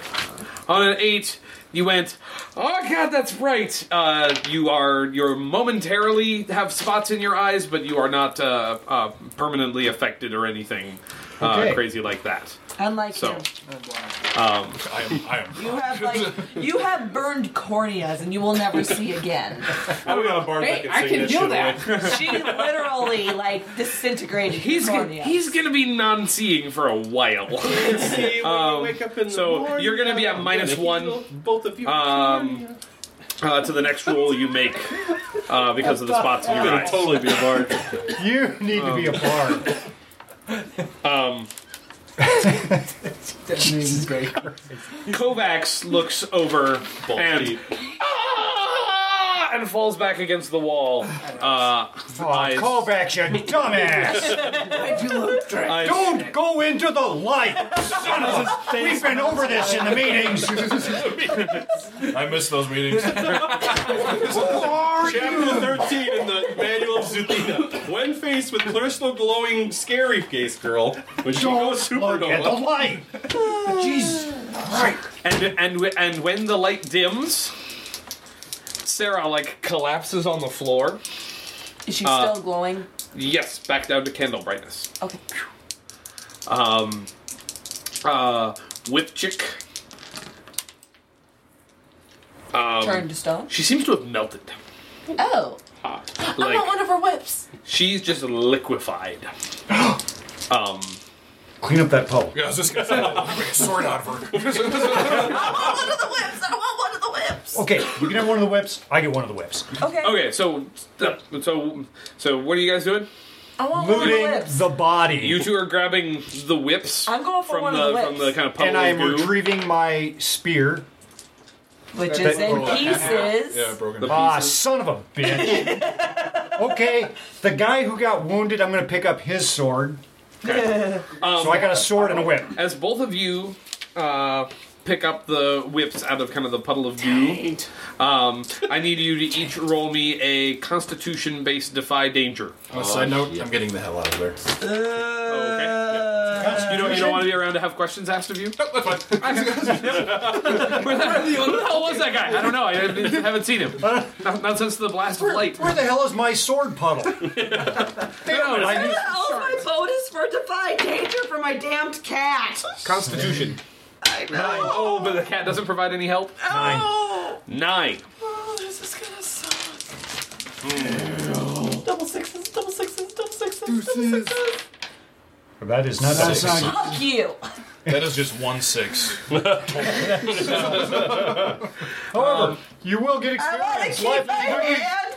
S3: On an eight, you went. Oh God, that's bright. Uh, you are you're momentarily have spots in your eyes, but you are not uh, uh, permanently affected or anything uh,
S6: Okay.
S3: crazy like that.
S6: Unlike
S3: So,
S6: him.
S3: um, I am. I am.
S6: You have like you have burned corneas and you will never see again.
S10: I'm not a bard
S6: Hey,
S10: that can
S6: I
S10: sing
S6: can
S10: that
S6: do
S10: shit
S6: that.
S10: away.
S6: She literally like disintegrated
S3: He's
S6: the
S3: gonna,
S6: cornea.
S3: he's gonna be non-seeing for a while.
S10: See, when
S3: Um,
S10: you wake up in the
S3: so
S10: morning,
S3: you're gonna be at
S10: I'm
S3: minus
S10: gonna
S3: one.
S10: heal Both of you.
S3: um, uh, to the next roll you make uh, because of the spots in your
S10: You're gonna
S3: eyes.
S10: totally be a bard.
S4: You need to be a bard.
S3: Um,
S9: Jesus great.
S3: Kovacs looks over and "Ah!" and falls back against the wall. Uh, eyes-
S4: Call back, you dumbass!
S15: Why'd you look, Drake?
S3: eyes-
S4: Don't go into the light! Son of a- We've been over this in the meetings!
S5: I miss those meetings.
S10: Chapter 13 in the Manual of Zuthina. When faced with crystal glowing scary face girl, when she goes
S4: At the
S10: supernova,
S4: light! Jesus Christ!
S3: and and and when the light dims, Sarah like collapses on the floor.
S6: Is she
S3: Uh,
S6: still glowing?
S3: Yes, back down to candle brightness.
S6: Okay.
S3: Um, uh, whip chick. Um,
S6: Turned to stone.
S3: She seems to have melted.
S6: Oh,
S3: Uh,
S6: I
S3: like
S6: want one of her whips.
S3: she's just liquefied. um,
S4: Clean up that puddle.
S5: Yeah, I was just gonna say, I'll make a sword out of her.
S6: I want one of the whips. I want one of the whips.
S4: Okay, you can have one of the whips, I get one of the whips.
S6: Okay.
S3: okay, so so so what are you guys doing?
S6: I want one of the
S4: Looting
S6: whips.
S4: the body.
S3: You two are grabbing the whips.
S6: I'm going for
S3: from
S6: one
S3: the,
S6: of the
S3: from
S6: whips.
S3: the kind of puddle
S4: and I am
S3: of goo.
S4: retrieving my spear.
S6: Which
S4: That-
S6: is in
S4: Oh,
S6: pieces.
S5: broken.
S4: Ah, son of a bitch. okay, the guy who got wounded, I'm gonna pick up his sword.
S3: Um,
S4: so I got a sword and a whip.
S3: As both of you uh, pick up the whips out of kind of the puddle of goo, um, I need you to each roll me a Constitution based defy danger.
S5: On a side note, I'm getting the hell out of there.
S3: okay.
S5: Constitution
S3: You don't, you don't want to be around to have questions asked of you? No, that's fine. Where the who the hell was that guy? I don't know. I haven't haven't seen him. Not, not since the blast of light.
S4: Where the hell is my sword puddle?
S3: No, no, no.
S6: Oh, my bonus for defy danger for my damned cat.
S3: Constitution. Nine. Oh, but the cat doesn't provide any help.
S6: Oh,
S3: Nine.
S6: oh this is gonna suck. Double sixes, double sixes, double sixes, double sixes.
S4: That is not
S5: That's
S4: six.
S5: not-
S6: Fuck you.
S5: That is just one six.
S4: However,
S3: Um,
S4: you will get
S6: I
S4: experience.
S6: want to keep my hand.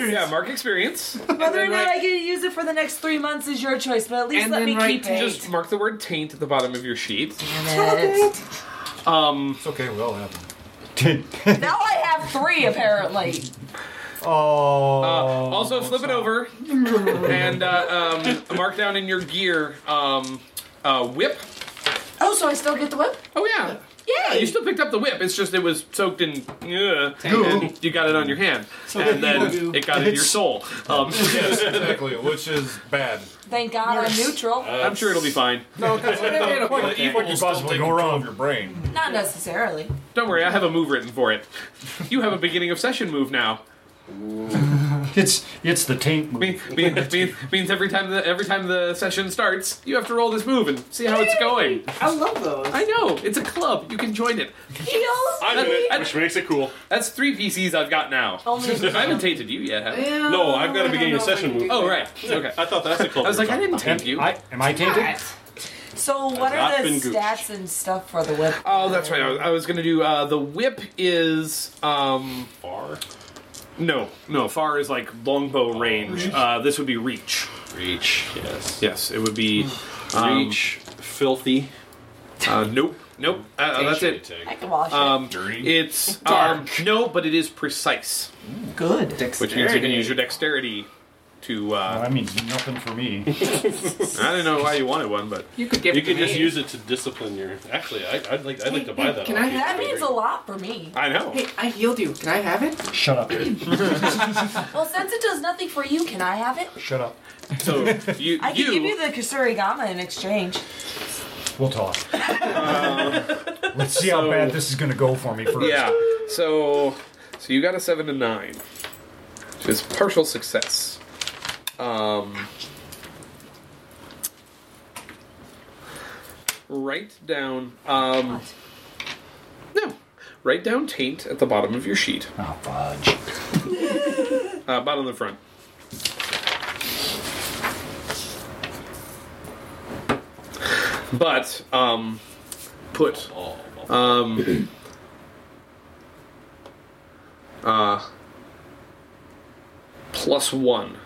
S6: please.
S3: yeah, mark experience.
S6: Whether or not I get to use it for the next three months is your choice, but at least
S3: and
S6: let
S3: then
S6: me
S3: right,
S6: keep it.
S3: just mark the word taint at the bottom of your sheet.
S6: Damn it.
S3: Um, it's okay, we all have them.
S6: now I have three apparently.
S4: Oh.
S3: uh, also, flip it over and uh, um, mark down in your gear um, uh, whip.
S6: Oh, so I still get the whip?
S3: Oh yeah. Yeah, you still picked up the whip. It's just it was soaked in uh, and you got it on your hand,
S5: So
S3: and
S5: there
S3: then
S5: you go.
S3: it got into your soul. Um,
S5: yes, exactly, which is bad.
S6: Thank God I'm neutral.
S3: I'm sure it'll be fine.
S5: No, because
S3: What could possibly
S5: go wrong your brain.
S6: Not necessarily.
S3: Don't worry, I have a move written for it. You have a beginning of session move now.
S4: It's it's the taint move.
S3: Means, means, means every time the every time the session starts, you have to roll this move and see how it's going.
S17: I love those.
S3: I know it's a club. You can join it.
S10: I'm in it, which makes it cool.
S3: That's three PCs I've got now.
S10: Only-
S3: I haven't tainted you yet, have I?
S10: Yeah, No, I've got a beginning of session move.
S3: Oh right, okay.
S10: I thought that's a club.
S3: I was like, I didn't taint you. I,
S4: am I
S3: tainted?
S6: So what
S3: not
S6: are the
S3: been gooched.
S6: stats and stuff for the whip?
S3: Oh, that's right. I was, I was gonna do uh, the whip is um far. No, no, far is like longbow range. Uh, this would be reach. Reach. Yes. Yes, it would be um,
S10: Reach,
S3: Filthy. Uh, nope. Nope. Uh, Uh, that's it.
S6: I can wash it.
S3: Um, it's um, no, but it is precise.
S6: Good.
S3: Which means you can use your dexterity to. Uh,
S4: I mean, nothing for me.
S3: I don't know why you wanted one, but
S6: You could give
S10: You
S6: it
S10: could
S6: to
S10: just
S6: me.
S10: use it to discipline your. Actually, I, I'd like. I'd like to buy that.
S8: Can
S10: off
S8: I
S10: you.
S6: That means a lot for me.
S3: I know.
S8: Hey, I healed you. Can I have it?
S4: Shut up.
S6: Well, since it does nothing for you, can I have it?
S4: Shut up.
S3: So you,
S6: I can give you the Kasurigama in exchange.
S4: We'll talk. Let's see how bad this is going to go for me first.
S3: Um, Yeah. So, so you got a seven to nine. It's partial success. Um, write down. Um, no, write down taint at the bottom of your sheet.
S4: Oh fudge!
S3: Uh, bottom of the front. But um, put um, uh, plus one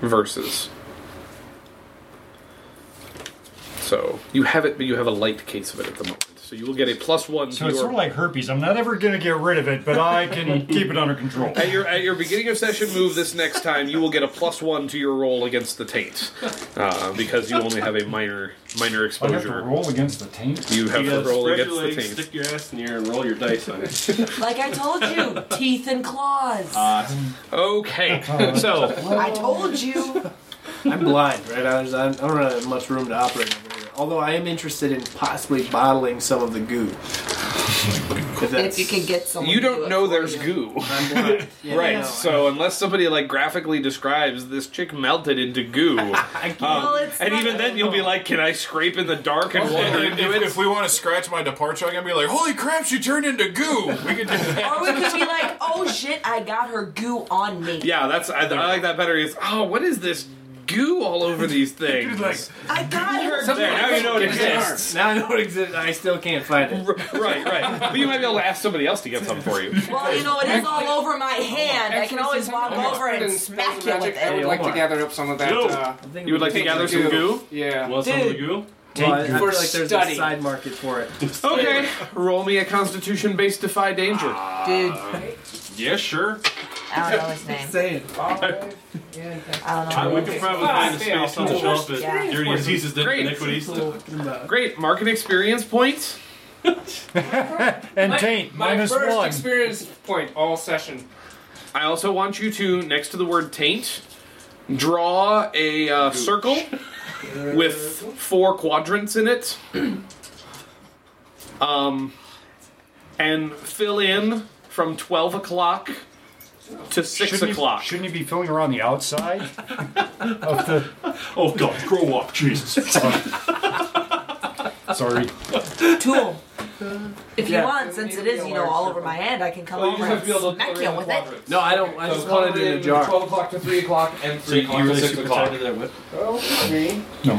S3: versus. So you have it, but you have a light case of it at the moment. So you will get a plus one.
S4: So
S3: to
S4: it's
S3: your
S4: sort of like herpes. I'm not ever going to get rid of it, but I can keep it under control.
S3: At your at your beginning of session move this next time, you will get a plus one to your roll against the taint uh, because you only have a minor minor
S4: I have to
S3: exposure.
S4: roll against the taint.
S3: You have
S10: You
S3: to
S10: gotta
S3: roll
S10: spread
S3: against
S10: your
S3: the
S10: legs,
S3: taint.
S10: Stick your ass in the air and roll your dice on it.
S6: Like I told you, teeth and claws.
S3: Uh, okay, so
S6: I told you.
S9: I'm blind, right? I, was, I don't have much room to operate over here. Although I am interested in possibly bottling some of the goo. If,
S6: If
S9: that's-
S6: you can get someone.
S3: you don't know there's goo,
S9: Yeah,
S3: right?
S9: no, I-
S3: so unless somebody like graphically describes this chick melted into goo, um,
S6: Well, it's
S3: and even then you'll be like, "Can I scrape in the dark and wander
S5: If,
S3: into
S5: if,
S3: it?"
S5: if we want to scratch my departure, I'm gonna be like, "Holy crap, she turned into goo!" We could do that.
S6: Or we could be like, oh shit, I got her goo on me.
S3: Yeah, that's I, I like that better. Is oh, what is this goo all over these things?
S6: I got her
S3: Something-
S6: goo.
S3: now you know it exists.
S9: Now I know it exists. I still can't find it.
S3: Right, right. But you might be able to ask somebody else to get some for you.
S6: Well, you know, it is all over my hand. I can
S8: Actually,
S6: always
S8: since
S6: walk
S8: I'm an
S6: over
S8: expert
S6: and
S8: in
S6: smack
S8: spells
S6: you
S8: magic,
S6: with
S8: I
S6: it.
S8: would like to gather up some of that.
S3: Yo.
S8: Uh,
S3: You would like to gather some goo?
S8: Yeah.
S10: Want some of the goo?
S9: Well, I, I feel
S8: for
S9: like there's
S8: study.
S9: a side market for it.
S3: Okay, roll me a constitution based defy danger.
S8: Ah.
S6: Dude,
S3: Yeah, sure.
S6: I don't know his name.
S9: Saying.
S6: I don't know.
S10: I would probably
S8: Ah,
S10: find a space on the shelf that
S6: Yeah.
S10: dirty diseases and
S3: Great.
S10: iniquities.
S3: Great, mark an experience point.
S4: And taint
S8: My
S4: minus
S8: first
S4: one.
S8: experience point all session.
S3: I also want you to, next to the word taint, draw a uh, circle with four quadrants in it. um, and fill in from 12 o'clock to 6
S4: Shouldn't you-
S3: o'clock.
S4: shouldn't you be filling around the outside of the?
S3: Oh, God, grow up, Jesus.
S4: Sorry.
S6: Tool. If you
S16: Yeah.
S6: want, since it is, you know, all over my hand, I can come over and smack you with it.
S16: No, I don't. I just wanted it in a jar.
S8: Twelve o'clock to three o'clock and
S16: So you
S8: three o'clock to
S16: really
S8: six o'clock.
S16: superintended
S8: Okay.
S4: No.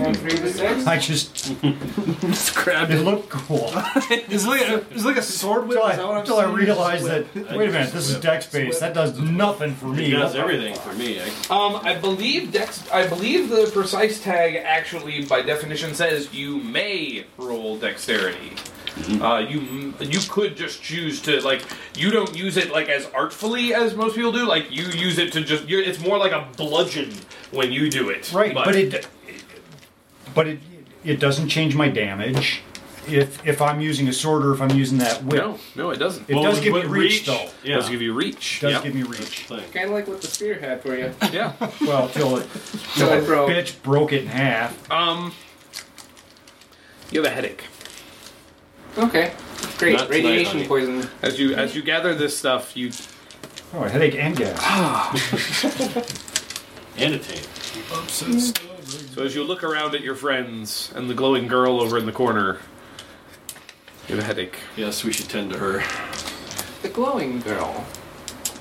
S8: And three to six.
S4: I just just grabbed it. Looked cool.
S16: It's like a, it's like a sword whip.
S4: Until I, until I realized that. Wait a minute, this is
S3: Whip.
S4: deck space. That does nothing for me.
S3: It does
S4: What the
S3: everything
S4: fuck?
S3: for me. Um, I believe Dex. I believe the precise tag actually, by definition, says you may roll dexterity.
S4: Mm-hmm.
S3: Uh, you m- you could just choose to like you don't use it like as artfully as most people do. Like you use it to just you're, it's more like a bludgeon when you do it.
S4: Right, but it, but it, it doesn't change my damage. If if I'm using a sword or if I'm using that whip,
S3: no no it doesn't.
S4: It does give me reach, though.
S3: It does give you reach.
S4: does
S3: yep.
S4: give me reach.
S8: Kind of like what the spear had for you.
S3: Yeah.
S4: Well, till it, till
S8: I
S4: it
S8: broke.
S4: bitch broke it in half.
S3: Um, you have a headache.
S8: Okay. Great.
S3: Not tonight,
S8: Radiation
S3: honey.
S8: poison.
S3: As you as you gather this stuff, you
S4: Oh, a headache and gas.
S3: annotate. So as you look around at your friends and the glowing girl over in the corner, you have a headache. Yes, we should tend to her.
S8: The glowing girl.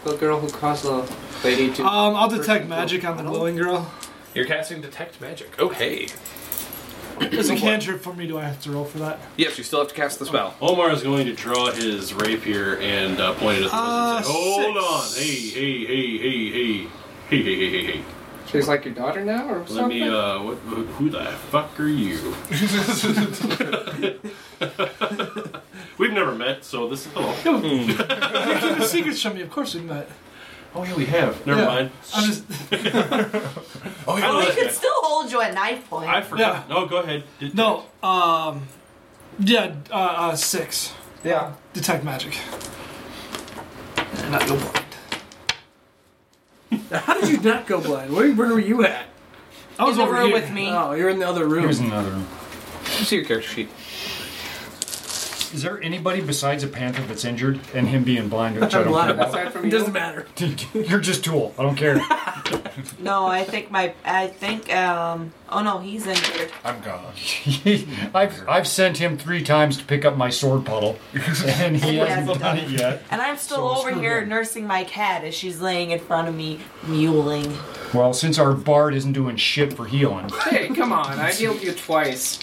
S8: The girl who caused the lady to.
S16: Um, I'll detect magic on the glowing girl.
S3: You're casting detect magic. Okay.
S16: It's a cantrip for me. Do I have to roll for that?
S3: Yes, you still have to cast the spell.
S10: Omar is going to draw his rapier and uh, point it at the
S16: Uh,
S10: wizard. and say, Hold
S8: six.
S10: on, hey, hey, hey, hey, hey, hey, hey, hey, hey, hey.
S8: She's like your daughter now, or
S10: Let
S8: something.
S10: me. Uh, what, who who the fuck are you? We've never met, so this is hello.
S16: You're keeping secrets from me. Of course we met.
S10: oh yeah, we have. Never
S16: Yeah.
S10: mind.
S16: I'm just.
S10: Oh
S6: Oh, we
S10: yeah.
S6: could still hold you at knife point.
S10: I forgot. No, go ahead.
S16: No. Um. Yeah. Uh, uh six.
S8: Yeah.
S16: Detect magic. And not go blind. How did you not go blind? Where, where were you at? I was
S6: In the
S16: over
S6: room
S16: here.
S6: with me.
S16: Oh, you're in the other room.
S4: Here's another room.
S3: see your character sheet.
S4: Is there anybody besides a panther that's injured and him being blind? Which I don't care about.
S16: It doesn't matter.
S4: You're just tool. I don't care.
S6: No, I think my. I think. um... Oh no, he's injured.
S4: I'm gone. I've I've sent him three times to pick up my sword puddle, and he
S6: He
S4: hasn't
S6: hasn't
S4: done it yet.
S6: And I'm still
S4: So
S6: over
S4: screw
S6: here
S4: him.
S6: nursing my cat as she's laying in front of me, mewling.
S4: Well, since our bard isn't doing shit for healing,
S8: Hey, come on! I healed you twice.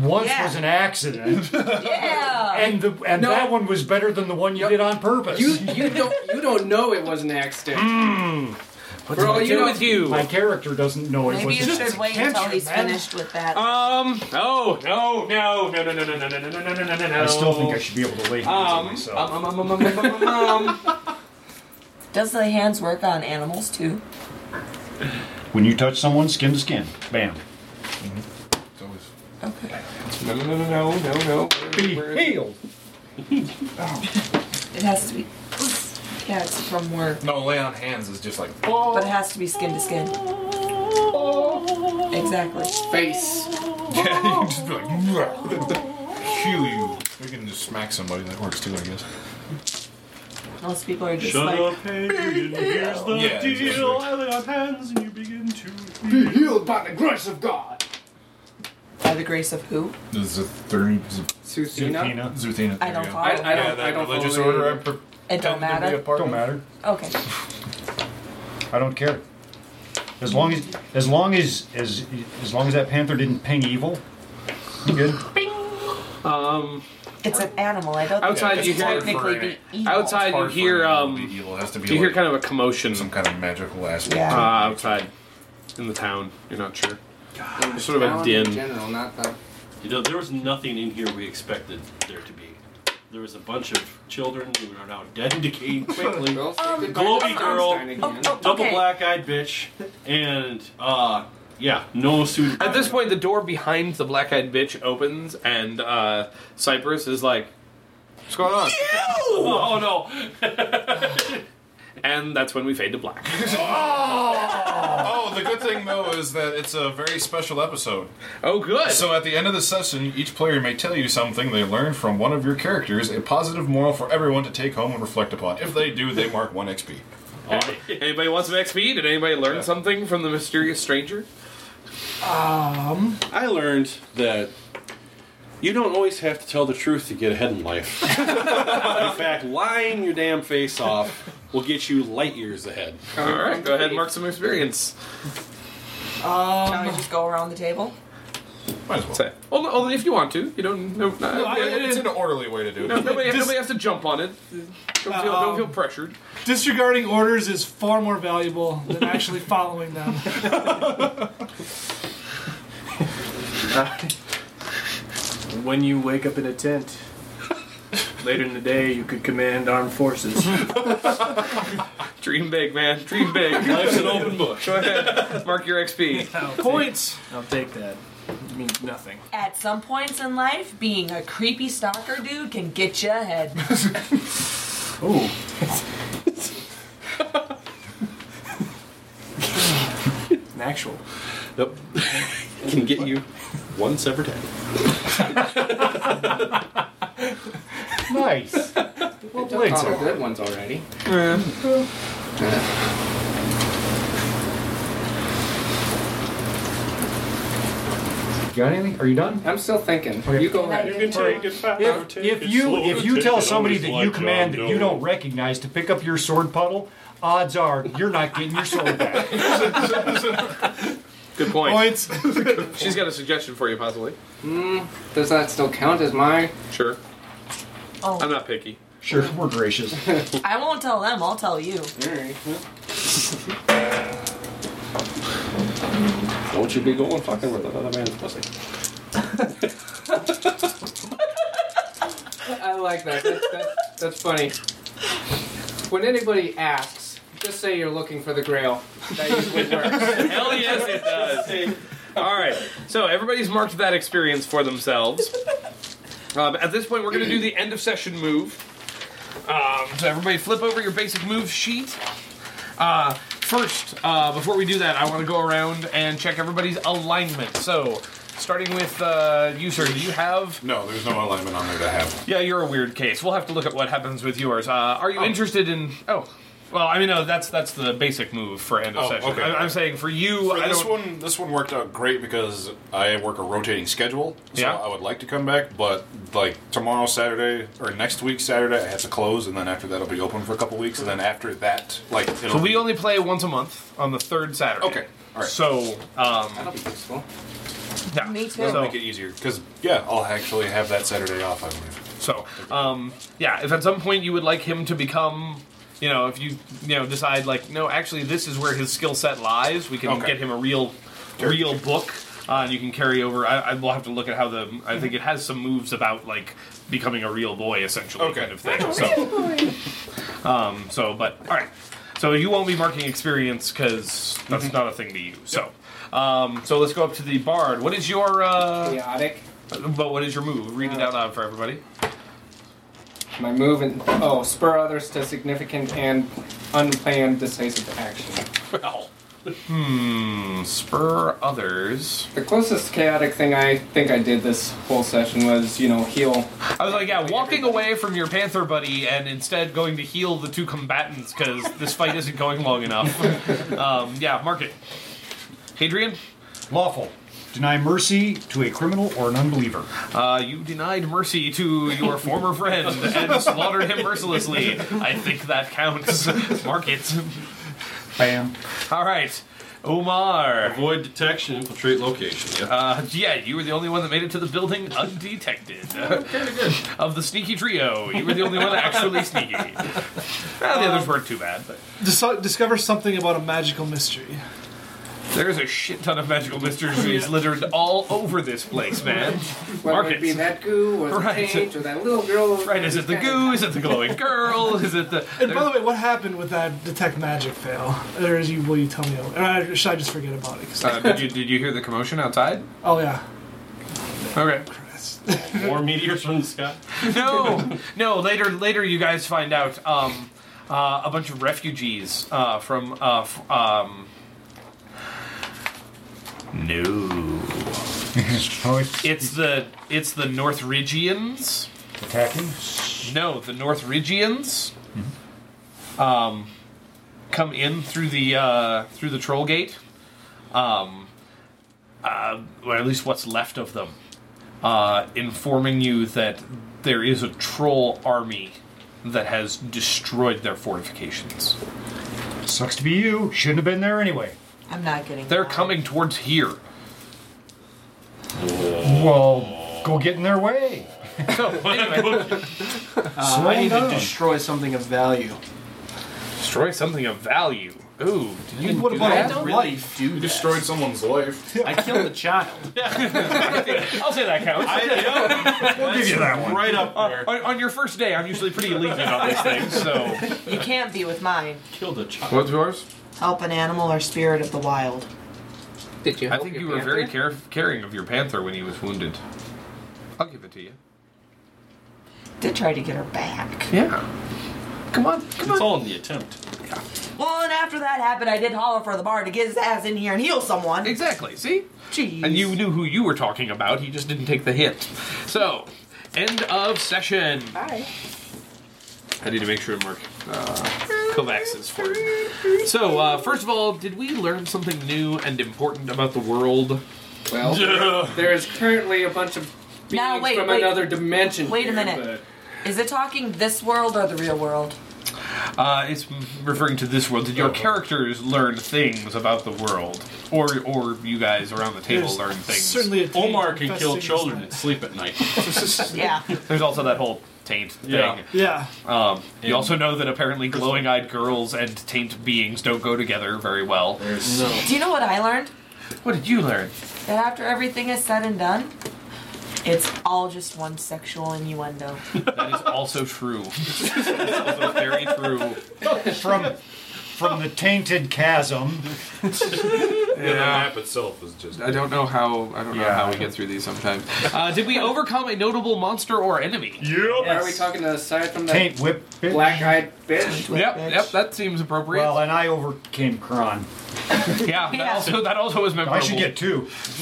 S4: once was an accident,
S6: Yeah.
S4: and the and
S8: No.
S4: that one was better than the one you did on purpose.
S8: You you don't you don't know it was an accident.
S4: Hmm. What
S8: For
S4: did
S8: all
S4: I
S8: you
S4: do?
S8: know-
S4: My character doesn't know it
S6: Maybe
S4: was.
S6: you should wait until he's finished with that.
S3: Um. Oh no no no no no no no no no no no no no no.
S4: I still think I should be able to lay hands on myself.
S8: Um, um, um, um, um, um, um,
S6: Does the hands work on animals too?
S4: When you touch someone, skin to skin, bam.
S8: No, no, no, no, no, no.
S4: Be healed.
S6: It has to be. Yeah, it's from work.
S15: No, lay on hands is just like.
S6: But it has to be skin to skin. Exactly.
S8: Oh. Face.
S15: Yeah, you just be like. Heal you. We can just smack somebody. That works too, I guess.
S6: Most people are just
S15: Shut
S6: like.
S15: up,
S10: Here's the
S15: Yeah,
S10: deal.
S15: exactly.
S10: I lay on hands and you begin to.
S8: Be healed by the grace of God.
S6: By the grace of who?
S15: This is a third.
S8: Zuthena?
S15: Zuthena.
S6: I don't
S15: there you go.
S6: follow. I- I
S15: yeah,
S8: don't-
S15: that
S8: I don't
S15: religious
S8: follow
S15: order. I
S8: either.
S15: pre-
S6: It
S15: pretended to be a
S6: don't matter.
S15: part
S4: Don't
S15: of.
S4: matter.
S6: Okay.
S4: I don't care. As long as as long as as as long as that panther didn't ping evil, I'm good.
S3: Um.
S6: It's an animal. I don't. think
S3: Outside
S6: it
S3: you
S6: can
S3: hear-
S6: technically be evil.
S3: Outside you hear um.
S15: Evil has to be.
S3: You hear
S15: like
S3: kind of a commotion.
S15: some kind of magical aspect.
S3: Uh, outside, in the town. You're not sure. There's sort of a
S8: Town
S3: din.
S8: In general, not the.
S10: You know, there was nothing in here we expected there to be. There was a bunch of children who are now dead and decaying quickly.
S6: Um,
S3: Um,
S10: Glowy girl,
S6: Oh,
S10: double black-eyed bitch, and uh, yeah, no suit.
S3: At this point, the door behind the black eyed bitch opens, and uh, Cypress is like, What's going on? Oh, no. and that's when we fade to black.
S15: Oh, the
S5: the good thing though is that it's a very special episode.
S3: Oh, good.
S5: So at the end of the session, each player may tell you something they learned from one of your characters, a positive moral for everyone to take home and reflect upon. If they do, they mark one XP.
S3: anybody want some XP? Did anybody learn something from the mysterious stranger?
S10: Um, I learned that you don't always have to tell the truth to get ahead in life. in fact, lying your damn face off will get you light years ahead.
S3: All right, go ahead and mark some experience.
S6: Um, Can I just go around the table?
S5: Might as well.
S3: Say, well, no, if you want to, you don't. No, no,
S5: I- it's an orderly way to do it.
S3: No, nobody,
S18: Just-
S3: nobody has to jump on it. Don't feel, don't
S8: Um,
S3: feel pressured.
S18: Disregarding orders is far more valuable than actually following them.
S9: when you wake up in a tent later in the day, you could command armed forces.
S3: Dream big, man. Dream big.
S9: Life's an
S3: open book. Go ahead. Mark your XP.
S9: Points. I'll take that. It means nothing.
S6: At some points in life, being a creepy stalker dude can get you ahead.
S9: Ooh.
S10: An actual. Nope. Can get you once every day.
S18: nice.
S8: Well,
S18: played,
S8: all the
S18: sir.
S8: good ones already.
S18: You got anything? Are you done?
S8: I'm still thinking.
S18: Okay.
S8: You go ahead.
S18: You can take it fast,
S8: If-
S18: take it slow,
S4: if you
S18: take
S4: tell
S18: it
S4: somebody
S18: always
S4: that
S18: like
S4: you command
S18: John
S4: that you
S18: Doe.
S4: don't recognize to pick up your sword puddle, odds are you're not getting your sword back.
S3: Good point. Points. She's got a suggestion for you, possibly.
S8: Mm, does that still count as my?
S3: Sure.
S6: Oh.
S3: I'm not picky.
S4: Sure, we're gracious.
S6: I won't tell them, I'll tell you.
S10: Won't you be going fucking with another man's pussy?
S8: I like that. That's, that's, that's funny. When anybody asks, just say you're looking for the Grail. That usually works.
S3: Hell yes, it does. All right. So everybody's marked that experience for themselves. Um, at this point, we're going to do the end of session move. Um, so everybody, flip over your basic move sheet. Uh, first, uh, before we do that, I want to go around and check everybody's alignment. So, starting with uh, you, sir, do you have?
S5: No, there's no alignment on there to have.
S3: Yeah, you're a weird case. We'll have to look at what happens with yours. Uh, are you interested in? Oh, well, I mean, no, that's that's the basic move for end of
S5: Oh,
S3: session.
S5: okay.
S3: I, I'm saying for you,
S5: For
S3: I
S5: this
S3: don't-
S5: one, this one worked out great because I work a rotating schedule. So
S3: Yeah.
S5: I would like to come back, but like tomorrow Saturday or next week Saturday, I have to close, and then after that, I'll be open for a couple weeks, and then after that, like it'll
S3: So
S5: be
S3: we only play once a month on the third Saturday. Okay.
S5: all right.
S3: So um,
S8: that'll be useful.
S3: Yeah.
S6: Me
S5: That'll make it easier because yeah, I'll actually have that Saturday off. I believe.
S3: So um, yeah, if at some point you would like him to become, you know, if you you know decide like no, actually this is where his skill set lies. We can
S5: Okay.
S3: get him a real, real book. Uh, and you can carry over. I, I will have to look at how the. I think it has some moves about like becoming a real boy, essentially, kind of thing. So, um, so, but all right. So you won't be marking experience because that's not a thing to you. So, um, so let's go up to the bard. What is your uh,
S8: chaotic?
S3: But what is your move? Read it out loud for everybody.
S8: My move and oh, spur others to significant and unplanned decisive action.
S3: Well. Hmm. Spur others.
S8: The closest chaotic thing I think I did this whole session was, you know, heal.
S3: I was like, yeah, walking away from your panther buddy and instead going to heal the two combatants because this fight isn't going long enough. Um, yeah, mark it. Hadrian?
S4: Lawful. Deny mercy to a criminal or an unbeliever.
S3: Uh, you denied mercy to your former friend and slaughtered him mercilessly. I think that counts. Mark it.
S4: Bam.
S3: All right. Omar.
S10: Avoid detection, infiltrate location. Yeah.
S3: Uh, yeah, you were the only one that made it to the building undetected. of the sneaky trio, you were the only one actually sneaky. Well, the others weren't too bad, but
S18: Dis- discover something about a magical mystery.
S3: there's a shit ton of magical mysteries littered all over this place, man.
S8: Whether
S3: Mark
S8: it be
S3: it.
S8: that goo or the
S3: Right.
S8: paint or that little girl.
S3: Right, is it the goo? Is it the glowing girl? Is it the.
S18: And by the way, what happened with that detect magic fail? Or is you, will you tell me? Or I- should I just forget about it? 'Cause-
S3: Uh, did, you, did you hear the commotion outside?
S18: oh yeah.
S3: Okay.
S10: More meteors from the sky.
S3: no, no. Later, later, you guys find out um, uh, a bunch of refugees uh, from uh, f- um, No. Oh,
S4: Oh,
S3: it's the it's the Northrigians attacking. No, the Northrigians um, come in through the uh, through the troll gate, um, uh, or at least what's left of them, uh, informing you that there is a troll army that has destroyed their fortifications.
S4: Sucks to be you. Shouldn't have been there anyway.
S6: I'm not getting.
S3: They're coming towards here.
S4: Well, go get in their way.
S9: Uh, I need to destroy something of value.
S3: Destroy something of value. Ooh,
S9: You would've bought a whole life.
S3: You destroyed someone's life. I killed a child. I'll say that counts.
S4: we'll give you that one.
S3: Right up there. On, on your first day, I'm usually pretty lenient on these things, so.
S6: You can't be with mine.
S3: Killed a child.
S6: What's
S3: yours?
S6: Help an animal or spirit of the wild.
S3: Did you? I think you were very care- caring of your panther when he was wounded. I'll give it to you.
S6: Did try to get her back.
S3: Yeah. Come on, come
S10: it's all in the attempt.
S6: Well, and after that happened, I did holler for the bar to get his ass in here and heal someone.
S3: Exactly. See? Jeez. And you knew who you were talking about. He just didn't take the hit. So, end of session.
S6: Bye.
S3: I need to make sure to mark uh, Kovacs's for it. So, uh, first of all, did we learn something new and important about the world?
S8: Well, there is currently a bunch of beings
S6: Now, wait,
S8: from
S6: wait.
S8: another dimension.
S6: Wait a
S8: here,
S6: minute. Is it talking this world or the real world?
S3: Uh, it's referring to this world. Did your characters learn things about the world, or or you guys around the table
S10: There's
S3: learn things?
S10: certainly a taint Omar can kill infesting this children night. and sleep at night.
S6: yeah.
S3: There's also that whole taint thing.
S10: Yeah.
S5: Yeah.
S3: Um, you also know that apparently glowing-eyed girls and taint beings don't go together very well.
S6: Do you know what I learned?
S3: What did you learn?
S6: That after everything is said and done, it's all just one sexual innuendo.
S3: That is also true. also very true.
S4: from from the tainted chasm.
S19: Yeah.
S20: map itself is just.
S19: I don't know how. I don't know how we get through these sometimes.
S3: Uh, did we overcome a notable monster or enemy? Yep.
S8: Are we talking aside from that
S4: Taint whip bitch.
S8: black-eyed bitch?
S3: Yep, yep, that seems appropriate.
S4: Well, and I overcame Kron.
S3: yeah, that also that also was memorable.
S4: I should get two.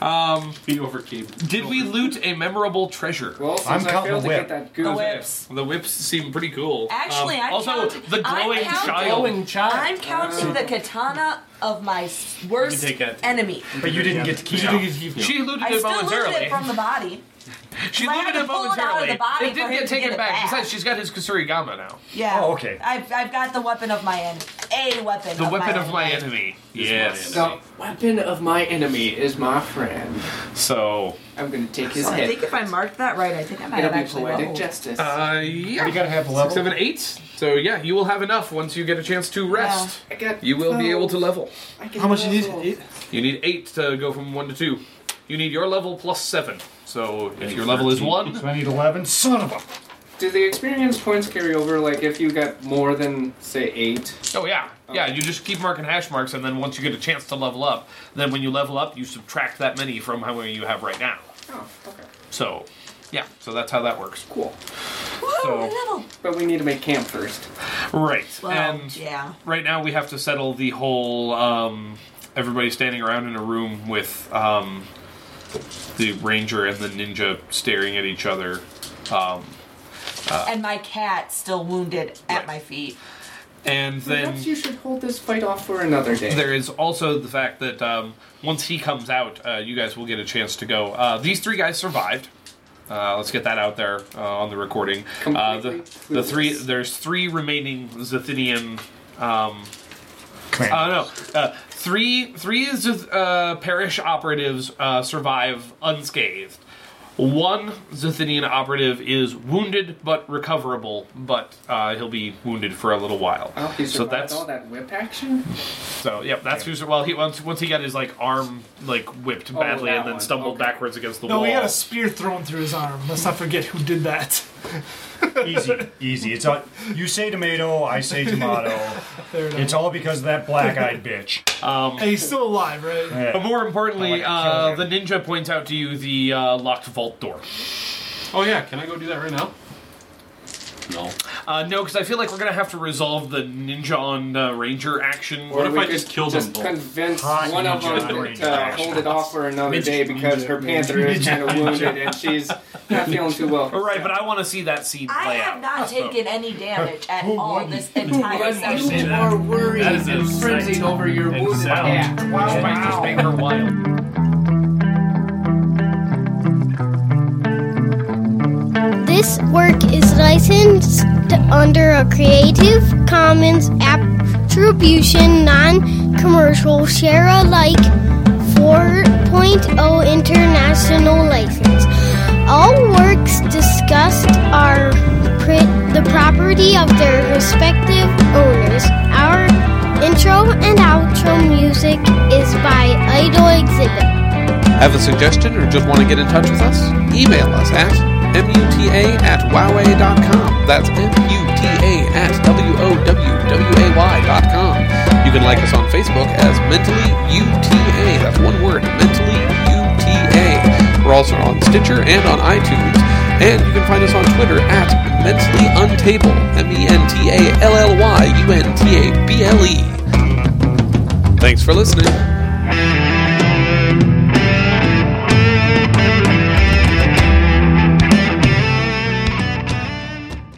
S3: Um,
S10: He overcame.
S3: did we loot a memorable treasure?
S8: Well,
S10: since I'm I counting failed the to get whip. that goose- The
S6: whips.
S3: The whips seem pretty cool.
S6: Actually,
S3: Um,
S6: I'm
S3: also
S6: counting,
S3: the glowing
S6: I'm counting,
S3: child.
S6: I'm counting the katana of my s- worst
S3: take that.
S6: enemy.
S3: But you didn't get to keep it. She looted
S6: I
S3: it
S6: still looted
S3: voluntarily.
S6: it from the body.
S3: She
S6: Well, I had
S3: looted it
S6: to pull it out of the
S3: voluntarily.
S6: body
S3: It
S6: for
S3: did
S6: him
S3: get
S6: to
S3: taken
S6: get it
S3: back.
S6: back.
S3: Besides, she's got his Kasurigama now.
S6: Yeah. I've, I've got the weapon of my enemy. A weapon.
S3: The
S6: of
S3: weapon
S6: my
S3: of my enemy. Yes.
S8: The weapon of my enemy is my friend.
S3: So
S8: I'm gonna take his
S6: So I
S8: head.
S6: think if I marked that right, I think I might
S8: It'll
S6: have
S8: be
S6: actually
S8: poetic
S6: leveled.
S8: justice.
S3: Uh, yeah.
S8: You gotta have a
S3: Six,
S8: level.
S3: seven, eight. So yeah, you will have enough once you get a chance to rest.
S8: I got
S3: You will be able to level.
S8: How much is
S3: it? You need eight to go from one to two. You need your level plus seven. So if your level is one,
S4: So I need 11. Son of a.
S8: Do the experience points carry over? Like if you got more than say eight?
S3: Oh yeah, yeah. You just keep marking hash marks, and then once you get a chance to level up, then when you level up, you subtract that many from how many you have right now.
S8: Oh, okay.
S3: So, yeah. So that's how that works.
S8: Cool.
S3: So,
S8: But we need to make camp first.
S3: right.
S6: Well,
S3: and
S6: yeah.
S3: right now we have to settle the whole um, everybody standing around in a room with um, the ranger and the ninja staring at each other. Um, uh,
S6: And my cat still wounded at my feet.
S3: and then
S8: Perhaps you should hold this fight off for another day.
S3: There is also the fact that um, once he comes out, uh, you guys will get a chance to go. Uh, these three guys survived. Uh, let's get that out there uh, on the recording. Uh, the, the three there's three remaining Zathinian. Um, uh, no, uh, three three Zath- uh, parish operatives uh, survive unscathed. One Zathinian operative is wounded but recoverable, but uh, he'll be wounded for a little while.
S8: Oh, he
S3: so
S8: survived
S3: that's
S8: all that whip action.
S3: so yep, that's who's well. He once once he got his like arm like whipped
S8: Oh,
S3: badly
S8: that
S3: and then
S8: one.
S3: stumbled backwards against the
S5: No,
S3: wall.
S5: we got a spear thrown through his arm. Let's not forget who did that.
S4: Easy, easy. It's all, you say tomato, I say tomato.
S5: There it is.
S4: It's all because of that black-eyed bitch.
S3: Um,
S5: Hey, he's still alive, right? Oh
S3: But more importantly, uh, the ninja points out to you the uh, locked vault door.
S10: Oh yeah, can I go do that right now?
S21: No.
S22: Uh, no, because I feel like we're gonna have to resolve the ninja on uh, ranger action.
S21: What if I just kill them
S22: just
S21: both?
S8: Convince one of them to uh, hold it off for another day because her panther is kind of wounded and she's not feeling too well.
S22: Right, but I want to see that scene
S6: I
S22: play
S6: have
S22: out.
S6: not taken any damage at all this entire
S23: You
S6: session.
S23: are worried and frenzied over your wounded cat. Wow.
S22: Wow. Make her wild.
S2: This work is licensed under a Creative Commons Attribution Non Commercial Share Alike 4.0 International License. All works discussed are pri- the property of their respective owners. Our intro and outro music is by Idol Exhibit.
S3: Have a suggestion or just want to get in touch with us? Email us at muta at wowway.com. That's muta at wowway.com. You can like us on Facebook as Mentally UTA. That's one word, Mentally UTA. We're also on Stitcher and on iTunes. And you can find us on Twitter at Mentally Untable. M E N T A L L Y U N T A B L E. Thanks for listening.